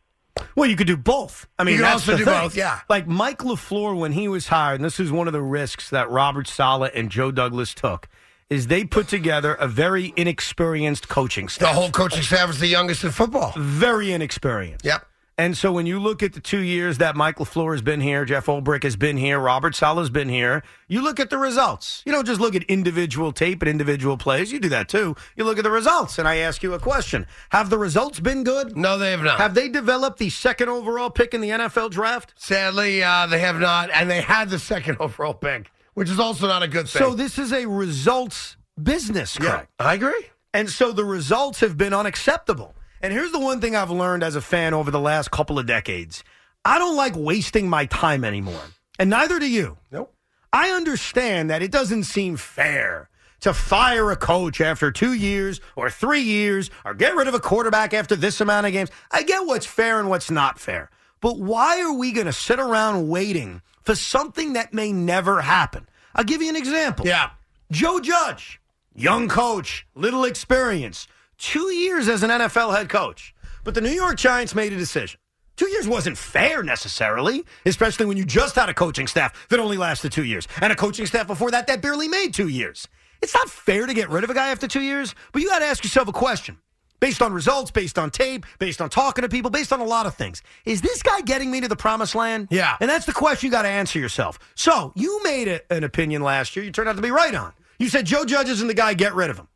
[SPEAKER 3] Well, you could do both. I mean,
[SPEAKER 2] You could
[SPEAKER 3] that's
[SPEAKER 2] also
[SPEAKER 3] the
[SPEAKER 2] do
[SPEAKER 3] thing.
[SPEAKER 2] both, yeah.
[SPEAKER 3] Like Mike LaFleur, when he was hired, and this is one of the risks that Robert Sala and Joe Douglas took, is they put together a very inexperienced coaching
[SPEAKER 2] The
[SPEAKER 3] staff.
[SPEAKER 2] whole coaching staff is the youngest in football.
[SPEAKER 3] Very inexperienced.
[SPEAKER 2] Yep.
[SPEAKER 3] And so when you look at the two years that Mike LaFleur has been here, Jeff Olbrick has been here, Robert Sala's been here, you look at the results. You don't just look at individual tape and individual plays. You do that too. You look at the results. And I ask you a question Have the results been good?
[SPEAKER 2] No, they have not.
[SPEAKER 3] Have they developed the second overall pick in the NFL draft?
[SPEAKER 2] Sadly, uh, they have not, and they had the second overall pick, which is also not a good thing.
[SPEAKER 3] So this is a results business, correct?
[SPEAKER 2] I agree.
[SPEAKER 3] And so the results have been unacceptable. And here's the one thing I've learned as a fan over the last couple of decades. I don't like wasting my time anymore. And neither do you.
[SPEAKER 2] Nope.
[SPEAKER 3] I understand that it doesn't seem fair to fire a coach after two years or three years or get rid of a quarterback after this amount of games. I get what's fair and what's not fair. But why are we going to sit around waiting for something that may never happen? I'll give you an example.
[SPEAKER 2] Yeah.
[SPEAKER 3] Joe Judge, young coach, little experience, two years as an NFL head coach. But the New York Giants made a decision. Two years wasn't fair necessarily, especially when you just had a coaching staff that only lasted two years and a coaching staff before that that barely made two years. It's not fair to get rid of a guy after two years, but you got to ask yourself a question based on results, based on tape, based on talking to people, based on a lot of things. Is this guy getting me to the promised land?
[SPEAKER 2] Yeah.
[SPEAKER 3] And that's the question you got to answer yourself. So you made a- an opinion last year you turned out to be right on. You said Joe Judge isn't the guy, get rid of him.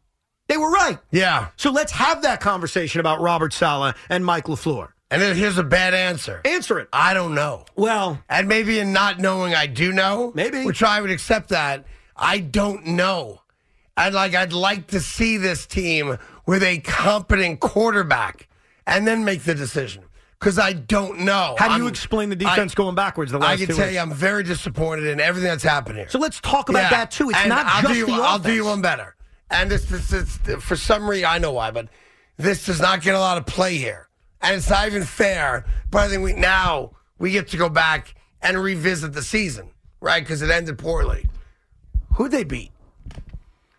[SPEAKER 3] They were right.
[SPEAKER 2] Yeah.
[SPEAKER 3] So let's have that conversation about Robert Sala and Mike LaFleur.
[SPEAKER 2] And then here's a bad answer.
[SPEAKER 3] Answer it.
[SPEAKER 2] I don't know.
[SPEAKER 3] Well,
[SPEAKER 2] And maybe in not knowing, I do know.
[SPEAKER 3] Maybe.
[SPEAKER 2] Which I would accept that. I don't know. And like, I'd like to see this team with a competent quarterback and then make the decision because I don't know.
[SPEAKER 3] How do you
[SPEAKER 2] I'm-
[SPEAKER 3] explain the
[SPEAKER 2] I-
[SPEAKER 3] defense going backwards the last
[SPEAKER 2] I can
[SPEAKER 3] two
[SPEAKER 2] tell
[SPEAKER 3] weeks?
[SPEAKER 2] you, I'm very disappointed in everything that's happened here.
[SPEAKER 3] So let's talk about that too. It's
[SPEAKER 2] and
[SPEAKER 3] not
[SPEAKER 2] I'll
[SPEAKER 3] just
[SPEAKER 2] do you,
[SPEAKER 3] the
[SPEAKER 2] I'll do
[SPEAKER 3] offense.
[SPEAKER 2] you one better. And this, this, this, for some reason, I know why, but this does not get a lot of play here, and it's not even fair. But I think we now we get to go back and revisit the season, right? Because it ended poorly. Who'd they beat?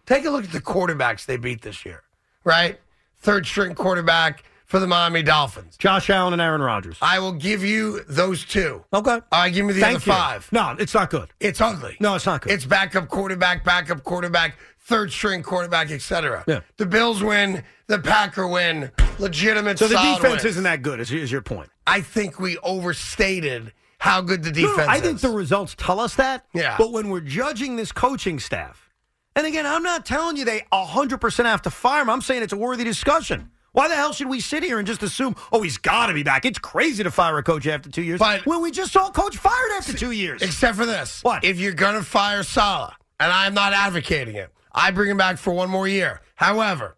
[SPEAKER 2] Take a look at the quarterbacks they beat this year, right? Third string quarterback for the Miami Dolphins.
[SPEAKER 3] Josh Allen and Aaron Rodgers.
[SPEAKER 2] I will give you those two.
[SPEAKER 3] Okay. All
[SPEAKER 2] right, give me the
[SPEAKER 3] Thank
[SPEAKER 2] other
[SPEAKER 3] you.
[SPEAKER 2] five.
[SPEAKER 3] No, it's not good.
[SPEAKER 2] It's ugly.
[SPEAKER 3] No, it's not good.
[SPEAKER 2] It's backup quarterback, backup quarterback, third string quarterback, etc.
[SPEAKER 3] Yeah.
[SPEAKER 2] The Bills win, the Packer win, legitimate.
[SPEAKER 3] so the
[SPEAKER 2] solid
[SPEAKER 3] defense
[SPEAKER 2] wins.
[SPEAKER 3] isn't that good. Is, is your point?
[SPEAKER 2] I think we overstated how good the defense.
[SPEAKER 3] No, no, I
[SPEAKER 2] is.
[SPEAKER 3] think the results tell us that.
[SPEAKER 2] Yeah.
[SPEAKER 3] But when we're judging this coaching staff, and again, I'm not telling you they 100% have to fire him. I'm saying it's a worthy discussion. Why the hell should we sit here and just assume, oh, he's got to be back? It's crazy to fire a coach after two years.
[SPEAKER 2] But-
[SPEAKER 3] when we just saw a coach fired after two years.
[SPEAKER 2] Except for this. What? If you're going to fire Salah, and I'm not advocating it, I bring him back for one more year. However,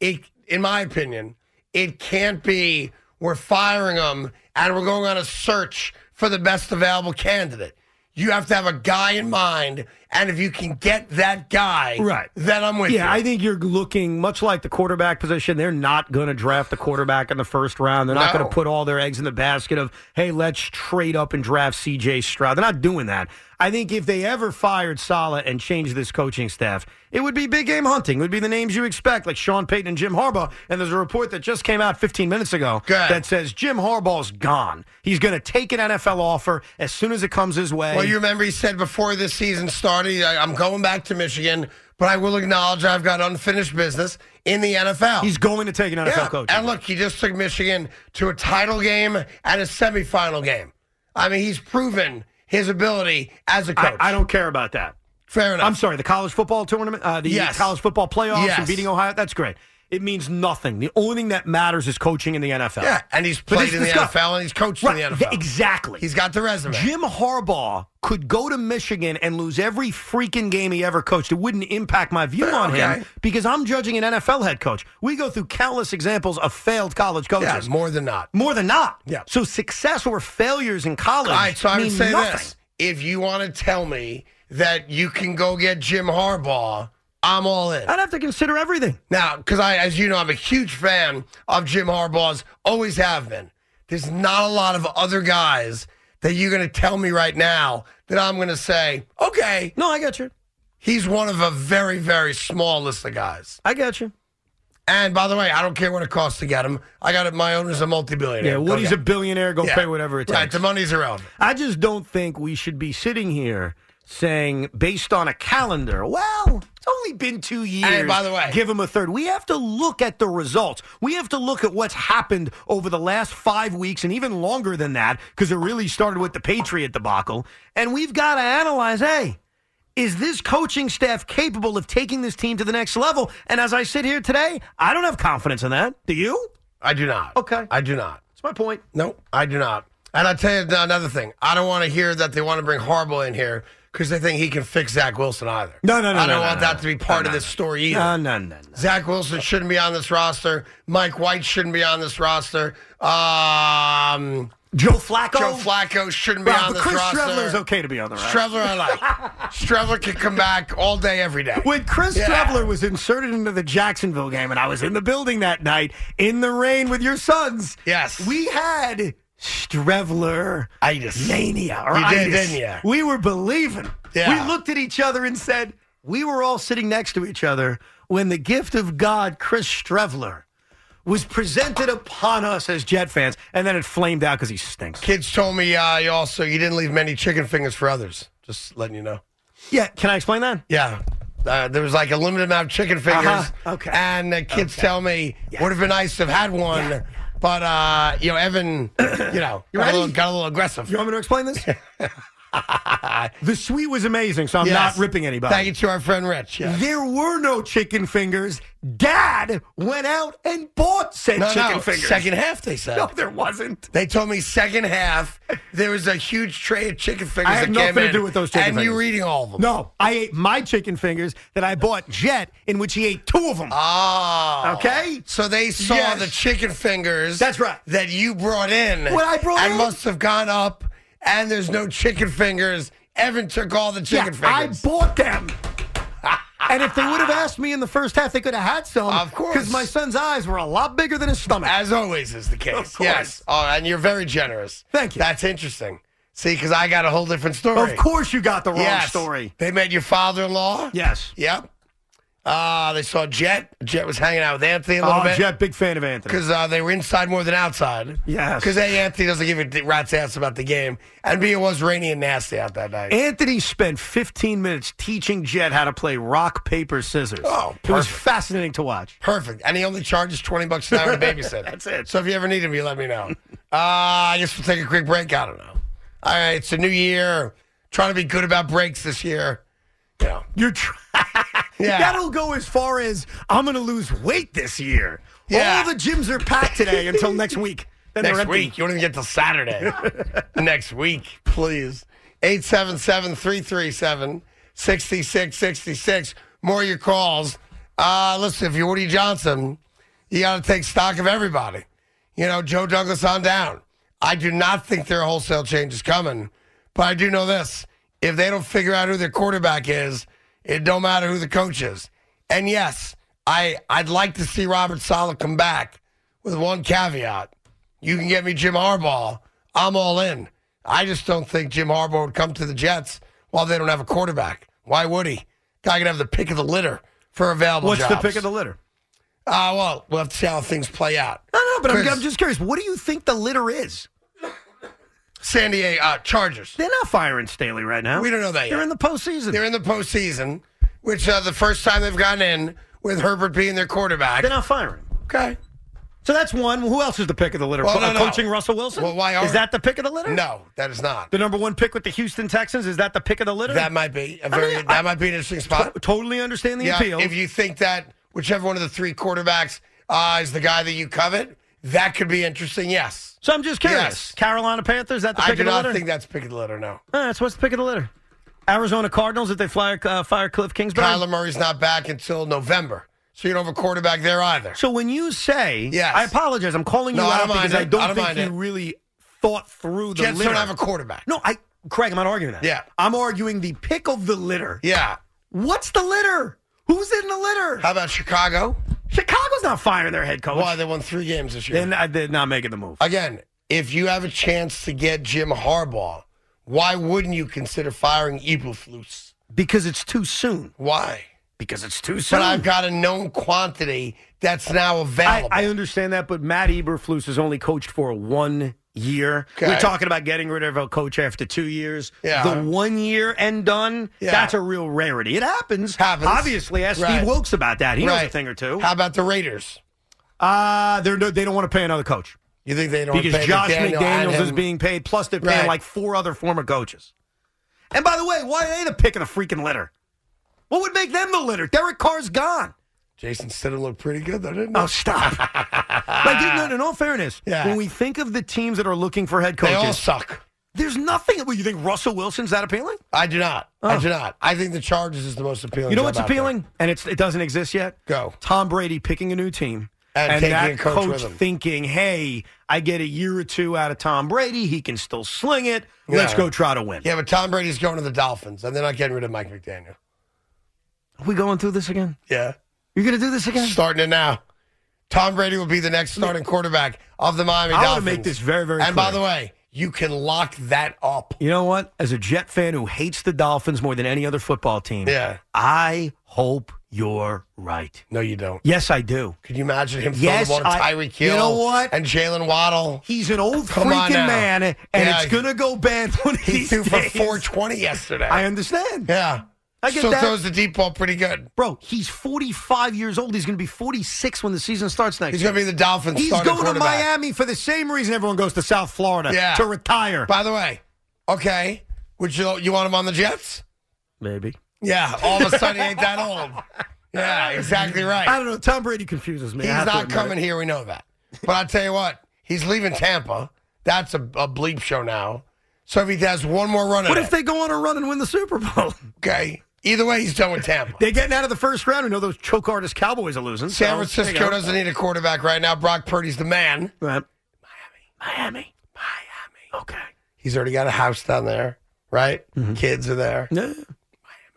[SPEAKER 2] it, in my opinion, it can't be we're firing him and we're going on a search for the best available candidate. You have to have a guy in mind, and if you can get that guy,
[SPEAKER 3] Right.
[SPEAKER 2] then I'm with
[SPEAKER 3] yeah,
[SPEAKER 2] you.
[SPEAKER 3] I think you're looking much like the quarterback position. They're not going to draft the quarterback in the first round. They're not
[SPEAKER 2] No.
[SPEAKER 3] going to put all their eggs in the basket of, hey, let's trade up and draft CJ Stroud. They're not doing that. I think if they ever fired Sala and changed this coaching staff, it would be big game hunting. It would be the names you expect, like Sean Payton and Jim Harbaugh. And there's a report that just came out 15 minutes ago that says Jim Harbaugh's gone. He's going to take an NFL offer as soon as it comes his way.
[SPEAKER 2] Well, you remember he said before this season started, I, I'm going back to Michigan, but I will acknowledge I've got unfinished business in the NFL.
[SPEAKER 3] He's going to take an NFL
[SPEAKER 2] yeah.
[SPEAKER 3] coach.
[SPEAKER 2] And look, he just took Michigan to a title game and a semifinal game. I mean, he's proven his ability as a coach.
[SPEAKER 3] I, I don't care about that.
[SPEAKER 2] Fair enough.
[SPEAKER 3] I'm sorry, the college football tournament, uh, the
[SPEAKER 2] Yes.
[SPEAKER 3] college football playoffs, and
[SPEAKER 2] Yes.
[SPEAKER 3] beating Ohio. That's great. It means nothing. The only thing that matters is coaching in the NFL.
[SPEAKER 2] yeah, and he's
[SPEAKER 3] But
[SPEAKER 2] played
[SPEAKER 3] this-
[SPEAKER 2] in the
[SPEAKER 3] this guy-
[SPEAKER 2] NFL and he's coached
[SPEAKER 3] Right,
[SPEAKER 2] in the
[SPEAKER 3] th-
[SPEAKER 2] NFL.
[SPEAKER 3] exactly.
[SPEAKER 2] He's got the resume.
[SPEAKER 3] Jim Harbaugh could go to Michigan and lose every freaking game he ever coached. It wouldn't impact my view on
[SPEAKER 2] okay.
[SPEAKER 3] him because I'm judging an NFL head coach. We go through countless examples of failed college coaches.
[SPEAKER 2] yeah, more than not.
[SPEAKER 3] More than not.
[SPEAKER 2] Yeah.
[SPEAKER 3] So success or failures in college
[SPEAKER 2] All right, so I
[SPEAKER 3] mean
[SPEAKER 2] would say
[SPEAKER 3] nothing.
[SPEAKER 2] this: if you want to tell me that you can go get Jim Harbaugh, I'm all in.
[SPEAKER 3] I'd have to consider everything.
[SPEAKER 2] Now, because I, as you know, I'm a huge fan of Jim Harbaugh's, always have been. There's not a lot of other guys that you're going to tell me right now that I'm going to say, okay,
[SPEAKER 3] No, I got you.
[SPEAKER 2] he's one of a very, very small list of guys.
[SPEAKER 3] I got you.
[SPEAKER 2] And by the way, I don't care what it costs to get him. I got it. My owner's a multi-billionaire.
[SPEAKER 3] Yeah,
[SPEAKER 2] Go
[SPEAKER 3] Woody's
[SPEAKER 2] get
[SPEAKER 3] a
[SPEAKER 2] him.
[SPEAKER 3] billionaire. Go
[SPEAKER 2] Oh, Yeah.
[SPEAKER 3] pay whatever it takes.
[SPEAKER 2] Right, the money's irrelevant.
[SPEAKER 3] I just don't think we should be sitting here saying, based on a calendar, well, it's only been two years.
[SPEAKER 2] by the way-
[SPEAKER 3] give him a third. We have to look at the results. We have to look at what's happened over the last five weeks and even longer than that, because it really started with the Patriot debacle. And we've got to analyze, hey, is this coaching staff capable of taking this team to the next level? And as I sit here today, I don't have confidence in that. Do you?
[SPEAKER 2] I do not.
[SPEAKER 3] Okay.
[SPEAKER 2] I do not.
[SPEAKER 3] That's my point.
[SPEAKER 2] No, I do not. And I'll tell you another thing. I don't want to hear that they want to bring Harbaugh in here because they think he can fix Zach Wilson either.
[SPEAKER 3] No, no, no,
[SPEAKER 2] I
[SPEAKER 3] no,
[SPEAKER 2] don't
[SPEAKER 3] no,
[SPEAKER 2] want
[SPEAKER 3] no,
[SPEAKER 2] that
[SPEAKER 3] no.
[SPEAKER 2] to be part of this story either.
[SPEAKER 3] No, no, no, no.
[SPEAKER 2] Zach Wilson shouldn't be on this roster. Mike White shouldn't be on this roster. Um,
[SPEAKER 3] Joe Flacco.
[SPEAKER 2] Joe Flacco shouldn't be
[SPEAKER 3] Right,
[SPEAKER 2] on
[SPEAKER 3] but
[SPEAKER 2] this
[SPEAKER 3] Chris
[SPEAKER 2] roster.
[SPEAKER 3] Streveler's okay to be on the roster.
[SPEAKER 2] Streveler, I like. Streveler can come back all day, every day.
[SPEAKER 3] When Chris
[SPEAKER 2] Yeah.
[SPEAKER 3] Trevler was inserted into the Jacksonville game, and I was in the building that night in the rain with your sons,
[SPEAKER 2] Yes.
[SPEAKER 3] we had Strevler
[SPEAKER 2] Itis.
[SPEAKER 3] mania. Or
[SPEAKER 2] You did,
[SPEAKER 3] itis.
[SPEAKER 2] didn't ya?
[SPEAKER 3] We were believing.
[SPEAKER 2] Yeah.
[SPEAKER 3] We looked at each other and said, we were all sitting next to each other when the gift of God, Chris Strevler, was presented upon us as Jet fans, and then it flamed out because he stinks.
[SPEAKER 2] Kids told me uh, you also you didn't leave many chicken fingers for others. Just letting you know.
[SPEAKER 3] Yeah, can I explain that?
[SPEAKER 2] Yeah. Uh, there was like a limited amount of chicken fingers.
[SPEAKER 3] Uh-huh. Okay.
[SPEAKER 2] And the kids tell me, would have been nice to have had one. But, uh, you know, Evan, you know, got a,
[SPEAKER 3] You ready?
[SPEAKER 2] little, got a little aggressive.
[SPEAKER 3] You want me to explain this? the suite was amazing, so I'm
[SPEAKER 2] Yes.
[SPEAKER 3] not ripping anybody.
[SPEAKER 2] Thank you to our friend Rich. Yeah.
[SPEAKER 3] There were no chicken fingers. Dad went out and bought said
[SPEAKER 2] No,
[SPEAKER 3] chicken
[SPEAKER 2] no,
[SPEAKER 3] fingers.
[SPEAKER 2] second half, they said.
[SPEAKER 3] No, there wasn't.
[SPEAKER 2] They told me second half, there was a huge tray of chicken fingers
[SPEAKER 3] I had
[SPEAKER 2] that
[SPEAKER 3] nothing
[SPEAKER 2] came
[SPEAKER 3] to
[SPEAKER 2] in,
[SPEAKER 3] do with those chicken
[SPEAKER 2] and you
[SPEAKER 3] fingers.
[SPEAKER 2] were eating all of them.
[SPEAKER 3] No, I ate my chicken fingers that I bought Jet, in which he ate two of them.
[SPEAKER 2] Oh.
[SPEAKER 3] Okay.
[SPEAKER 2] So they saw
[SPEAKER 3] Yes.
[SPEAKER 2] the chicken fingers.
[SPEAKER 3] That's right.
[SPEAKER 2] That you brought in.
[SPEAKER 3] What I brought
[SPEAKER 2] and
[SPEAKER 3] in?
[SPEAKER 2] must have gone up, and there's no chicken fingers. Evan took all the
[SPEAKER 3] yeah,
[SPEAKER 2] chicken
[SPEAKER 3] I
[SPEAKER 2] fingers.
[SPEAKER 3] bought them. and if they would have asked me in the first half, they could have had some. Of course. Because my son's eyes were a lot bigger than his stomach.
[SPEAKER 2] As always is the case. Yes. Oh, and you're very generous. Thank you. That's interesting. See, because I got a whole different story.
[SPEAKER 3] Of course you got the wrong
[SPEAKER 2] Yes.
[SPEAKER 3] story. Oh,
[SPEAKER 2] They met your father-in-law.
[SPEAKER 3] Yes.
[SPEAKER 2] Yep. Uh, they saw Jet. Jet was hanging out with Anthony a little
[SPEAKER 3] Oh,
[SPEAKER 2] bit.
[SPEAKER 3] Jet, big fan of Anthony.
[SPEAKER 2] Because uh, they were inside more than outside.
[SPEAKER 3] Yes.
[SPEAKER 2] Because A, Anthony doesn't give a rat's ass about the game. And B, it was rainy and nasty out that night.
[SPEAKER 3] Anthony spent 15 minutes teaching Jet how to play rock, paper, scissors. Oh, It was fascinating to watch.
[SPEAKER 2] Perfect. And he only charges 20 bucks an hour to babysit. That's it. So if you ever need him, you let me know. Uh, I guess we'll take a quick break. I don't know. All right, it's a new year. Trying to be good about breaks this year. You know.
[SPEAKER 3] You're trying.
[SPEAKER 2] Yeah.
[SPEAKER 3] That'll go as far as I'm going to lose weight this year.
[SPEAKER 2] Yeah.
[SPEAKER 3] All the gyms are packed today until next week. Then they're
[SPEAKER 2] next
[SPEAKER 3] empty.
[SPEAKER 2] week. You don't even get till Saturday. next week, please. 877 337 6666. More of your calls. Uh, listen, if you're Woody Johnson, you got to take stock of everybody. You know, Joe Douglas on down. I do not think their wholesale change is coming, but I do know this. If they don't figure out who their quarterback is, it don't matter who the coach is. And yes, I, I'd like to see Robert Sala come back with one caveat. You can get me Jim Harbaugh. I'm all in. I just don't think Jim Harbaugh would come to the Jets while they don't have a quarterback. Why would he? Guy could have the pick of the litter for available
[SPEAKER 3] What's the
[SPEAKER 2] jobs.
[SPEAKER 3] pick of the litter?
[SPEAKER 2] Uh, well, we'll have to see how things play out.
[SPEAKER 3] No, no, but I'm,
[SPEAKER 2] Chris.
[SPEAKER 3] I'm just curious. What do you think the litter is?
[SPEAKER 2] San Diego uh, Chargers.
[SPEAKER 3] They're not firing Staley right now.
[SPEAKER 2] We don't know that yet.
[SPEAKER 3] They're in the postseason.
[SPEAKER 2] They're in the postseason, which uh, the first time they've gotten in with Herbert being their quarterback.
[SPEAKER 3] They're not firing.
[SPEAKER 2] Okay.
[SPEAKER 3] So that's one. Who else is the pick of the litter?
[SPEAKER 2] Well,
[SPEAKER 3] Co-
[SPEAKER 2] no,
[SPEAKER 3] uh,
[SPEAKER 2] no.
[SPEAKER 3] Coaching Russell Wilson?
[SPEAKER 2] Well, why are-
[SPEAKER 3] is that the pick of the litter?
[SPEAKER 2] No, that is not.
[SPEAKER 3] The number one pick with the Houston Texans? Is that the pick of the litter?
[SPEAKER 2] That might be a very that might be an interesting spot.
[SPEAKER 3] totally understand the
[SPEAKER 2] yeah,
[SPEAKER 3] appeal.
[SPEAKER 2] If you think that whichever one of the three quarterbacks uh, is the guy that you covet, that could be interesting. Yes.
[SPEAKER 3] so I'm just curious.
[SPEAKER 2] Yes.
[SPEAKER 3] Carolina Panthers, is that the pick
[SPEAKER 2] I do
[SPEAKER 3] of the
[SPEAKER 2] not
[SPEAKER 3] litter?
[SPEAKER 2] think that's pick of the litter. No.
[SPEAKER 3] All right, so what's the pick of the litter? Arizona Cardinals if they fly, uh, fire Cliff Kingsbury.
[SPEAKER 2] Kyler Murray's not back until November, so you don't have a quarterback there either.
[SPEAKER 3] So when you say,
[SPEAKER 2] Yes.
[SPEAKER 3] I apologize, I'm calling you
[SPEAKER 2] No, I
[SPEAKER 3] out
[SPEAKER 2] don't mind
[SPEAKER 3] because I
[SPEAKER 2] it.
[SPEAKER 3] don't,
[SPEAKER 2] I don't
[SPEAKER 3] think
[SPEAKER 2] mind
[SPEAKER 3] you
[SPEAKER 2] it.
[SPEAKER 3] really thought through the
[SPEAKER 2] Jets
[SPEAKER 3] litter.
[SPEAKER 2] don't have a quarterback.
[SPEAKER 3] no, I, Craig, I'm not arguing that.
[SPEAKER 2] Yeah.
[SPEAKER 3] I'm arguing the pick of the litter.
[SPEAKER 2] Yeah.
[SPEAKER 3] What's the litter? Who's in the litter?
[SPEAKER 2] How about Chicago?
[SPEAKER 3] Chicago's not firing their head coach.
[SPEAKER 2] Why they won three games this year?
[SPEAKER 3] They're not, they're not making the move.
[SPEAKER 2] Again, if you have a chance to get Jim Harbaugh, why wouldn't you consider firing Eberflus?
[SPEAKER 3] Because it's too soon.
[SPEAKER 2] Why?
[SPEAKER 3] Because it's too soon.
[SPEAKER 2] But I've got a known quantity that's now
[SPEAKER 3] I,
[SPEAKER 2] available.
[SPEAKER 3] I understand that, but Matt Eberflus has only coached for one year.
[SPEAKER 2] Okay.
[SPEAKER 3] We're talking about getting rid of a coach after two years.
[SPEAKER 2] Yeah.
[SPEAKER 3] The one year and done,
[SPEAKER 2] Yeah.
[SPEAKER 3] that's a real rarity. It happens.
[SPEAKER 2] Happens.
[SPEAKER 3] Obviously, ask
[SPEAKER 2] Right.
[SPEAKER 3] Steve Wilkes about that. He knows a
[SPEAKER 2] Right.
[SPEAKER 3] thing or two.
[SPEAKER 2] How about the Raiders?
[SPEAKER 3] Uh, they're, no- they don't want to pay another coach
[SPEAKER 2] You think they don't
[SPEAKER 3] because
[SPEAKER 2] pay
[SPEAKER 3] Josh
[SPEAKER 2] McDaniel and
[SPEAKER 3] McDaniels is
[SPEAKER 2] him?
[SPEAKER 3] being paid, plus they're paying
[SPEAKER 2] Right.
[SPEAKER 3] like four other former coaches. And by the way, why are they the pick of the freaking litter? What would make them the litter? Derek Carr's gone.
[SPEAKER 2] Jason Stidham looked pretty good though, didn't he?
[SPEAKER 3] Oh, stop. like, no, no, in all fairness,
[SPEAKER 2] Yeah.
[SPEAKER 3] when we think of the teams that are looking for head
[SPEAKER 2] they
[SPEAKER 3] coaches,
[SPEAKER 2] all suck.
[SPEAKER 3] there's nothing. Well, you think Russell Wilson's that appealing?
[SPEAKER 2] I do not. I
[SPEAKER 3] Oh.
[SPEAKER 2] do not. I think the Chargers is the most appealing.
[SPEAKER 3] You know
[SPEAKER 2] job
[SPEAKER 3] what's
[SPEAKER 2] out there.
[SPEAKER 3] appealing? And it's it doesn't exist yet?
[SPEAKER 2] Go.
[SPEAKER 3] Tom Brady picking a new team.
[SPEAKER 2] And taking
[SPEAKER 3] that
[SPEAKER 2] a coach with him.
[SPEAKER 3] thinking, hey, I get a year or two out of Tom Brady. He can still sling it. Let's
[SPEAKER 2] Yeah.
[SPEAKER 3] go try to win.
[SPEAKER 2] Yeah, but Tom Brady's going to the Dolphins, and they're not getting rid of Mike McDaniel.
[SPEAKER 3] Are we going through this again?
[SPEAKER 2] Yeah.
[SPEAKER 3] You're going to do this again?
[SPEAKER 2] Starting it now. Tom Brady will be the next starting quarterback of the Miami
[SPEAKER 3] I
[SPEAKER 2] Dolphins.
[SPEAKER 3] wanna make this very, very
[SPEAKER 2] And by
[SPEAKER 3] clear.
[SPEAKER 2] the way, you can lock that up.
[SPEAKER 3] You know what? As a Jet fan who hates the Dolphins more than any other football team,
[SPEAKER 2] Yeah.
[SPEAKER 3] I hope you're right.
[SPEAKER 2] No, you don't.
[SPEAKER 3] Yes, I do.
[SPEAKER 2] Can you imagine him
[SPEAKER 3] Yes,
[SPEAKER 2] throwing the ball to
[SPEAKER 3] I-
[SPEAKER 2] Tyreek
[SPEAKER 3] you
[SPEAKER 2] Hill?
[SPEAKER 3] know what?
[SPEAKER 2] And Jalen Waddle.
[SPEAKER 3] He's an old
[SPEAKER 2] Come on
[SPEAKER 3] freaking
[SPEAKER 2] now.
[SPEAKER 3] man, and
[SPEAKER 2] Yeah.
[SPEAKER 3] it's gonna go bad one of
[SPEAKER 2] He
[SPEAKER 3] these
[SPEAKER 2] threw for
[SPEAKER 3] days.
[SPEAKER 2] 420 yesterday.
[SPEAKER 3] I understand,
[SPEAKER 2] yeah.
[SPEAKER 3] I get
[SPEAKER 2] Still
[SPEAKER 3] that.
[SPEAKER 2] throws the deep ball pretty good.
[SPEAKER 3] bro. He's 45 years old. He's gonna be 46 when the season starts next.
[SPEAKER 2] He's going to be the Dolphins
[SPEAKER 3] He's
[SPEAKER 2] starting
[SPEAKER 3] going to
[SPEAKER 2] quarterback.
[SPEAKER 3] Miami for the same reason everyone goes to South Florida
[SPEAKER 2] Yeah.
[SPEAKER 3] to retire.
[SPEAKER 2] By the way, okay, would you you want him on the Jets?
[SPEAKER 3] Maybe.
[SPEAKER 2] Yeah, all of a sudden he ain't that old. Yeah, exactly right.
[SPEAKER 3] I don't know. Tom Brady confuses me. I
[SPEAKER 2] He's
[SPEAKER 3] have to
[SPEAKER 2] not
[SPEAKER 3] admit
[SPEAKER 2] coming
[SPEAKER 3] it.
[SPEAKER 2] here. We know that. But I tell you what, he's leaving Tampa. That's a, a bleep show now. So if he has one more run, at
[SPEAKER 3] What
[SPEAKER 2] it,
[SPEAKER 3] if they go on a run and win the Super Bowl?
[SPEAKER 2] Okay. Either way, he's done with Tampa.
[SPEAKER 3] They're getting out of the first round. We know those choke artist Cowboys are losing.
[SPEAKER 2] San
[SPEAKER 3] so- there
[SPEAKER 2] Francisco
[SPEAKER 3] you go.
[SPEAKER 2] doesn't need a quarterback right now. Brock Purdy's the man.
[SPEAKER 3] Right. Miami. Miami. Miami. Okay.
[SPEAKER 2] He's already got a house
[SPEAKER 3] Mm-hmm.
[SPEAKER 2] down there, right? Kids are there.
[SPEAKER 3] Yeah.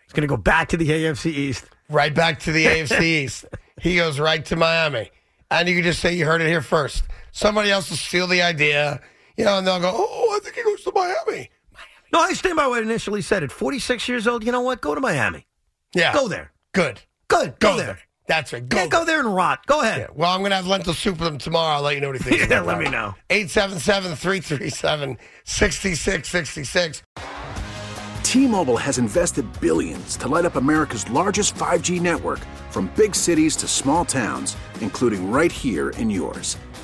[SPEAKER 3] It's going to go back to the AFC East.
[SPEAKER 2] right back to the AFC East. He goes right to Miami. And you can just say you heard it here first. Somebody else will steal the idea, you know, and they'll go, oh, I think he goes to Miami.
[SPEAKER 3] No, I stand by what I initially said. At 46 years old, you know what? Go to Miami.
[SPEAKER 2] Yeah.
[SPEAKER 3] Go there.
[SPEAKER 2] Good.
[SPEAKER 3] Good. Go, there.
[SPEAKER 2] That's right. Go,
[SPEAKER 3] yeah, go there and rot. Go ahead.
[SPEAKER 2] Well, I'm going to have lentil soup with him tomorrow. I'll let you know what he thinks.
[SPEAKER 3] Yeah,
[SPEAKER 2] about
[SPEAKER 3] let me
[SPEAKER 2] that.
[SPEAKER 3] know.
[SPEAKER 2] 877-337-6666.
[SPEAKER 10] T-Mobile has invested billions to light up America's largest 5G network from big cities to small towns, including right here in yours.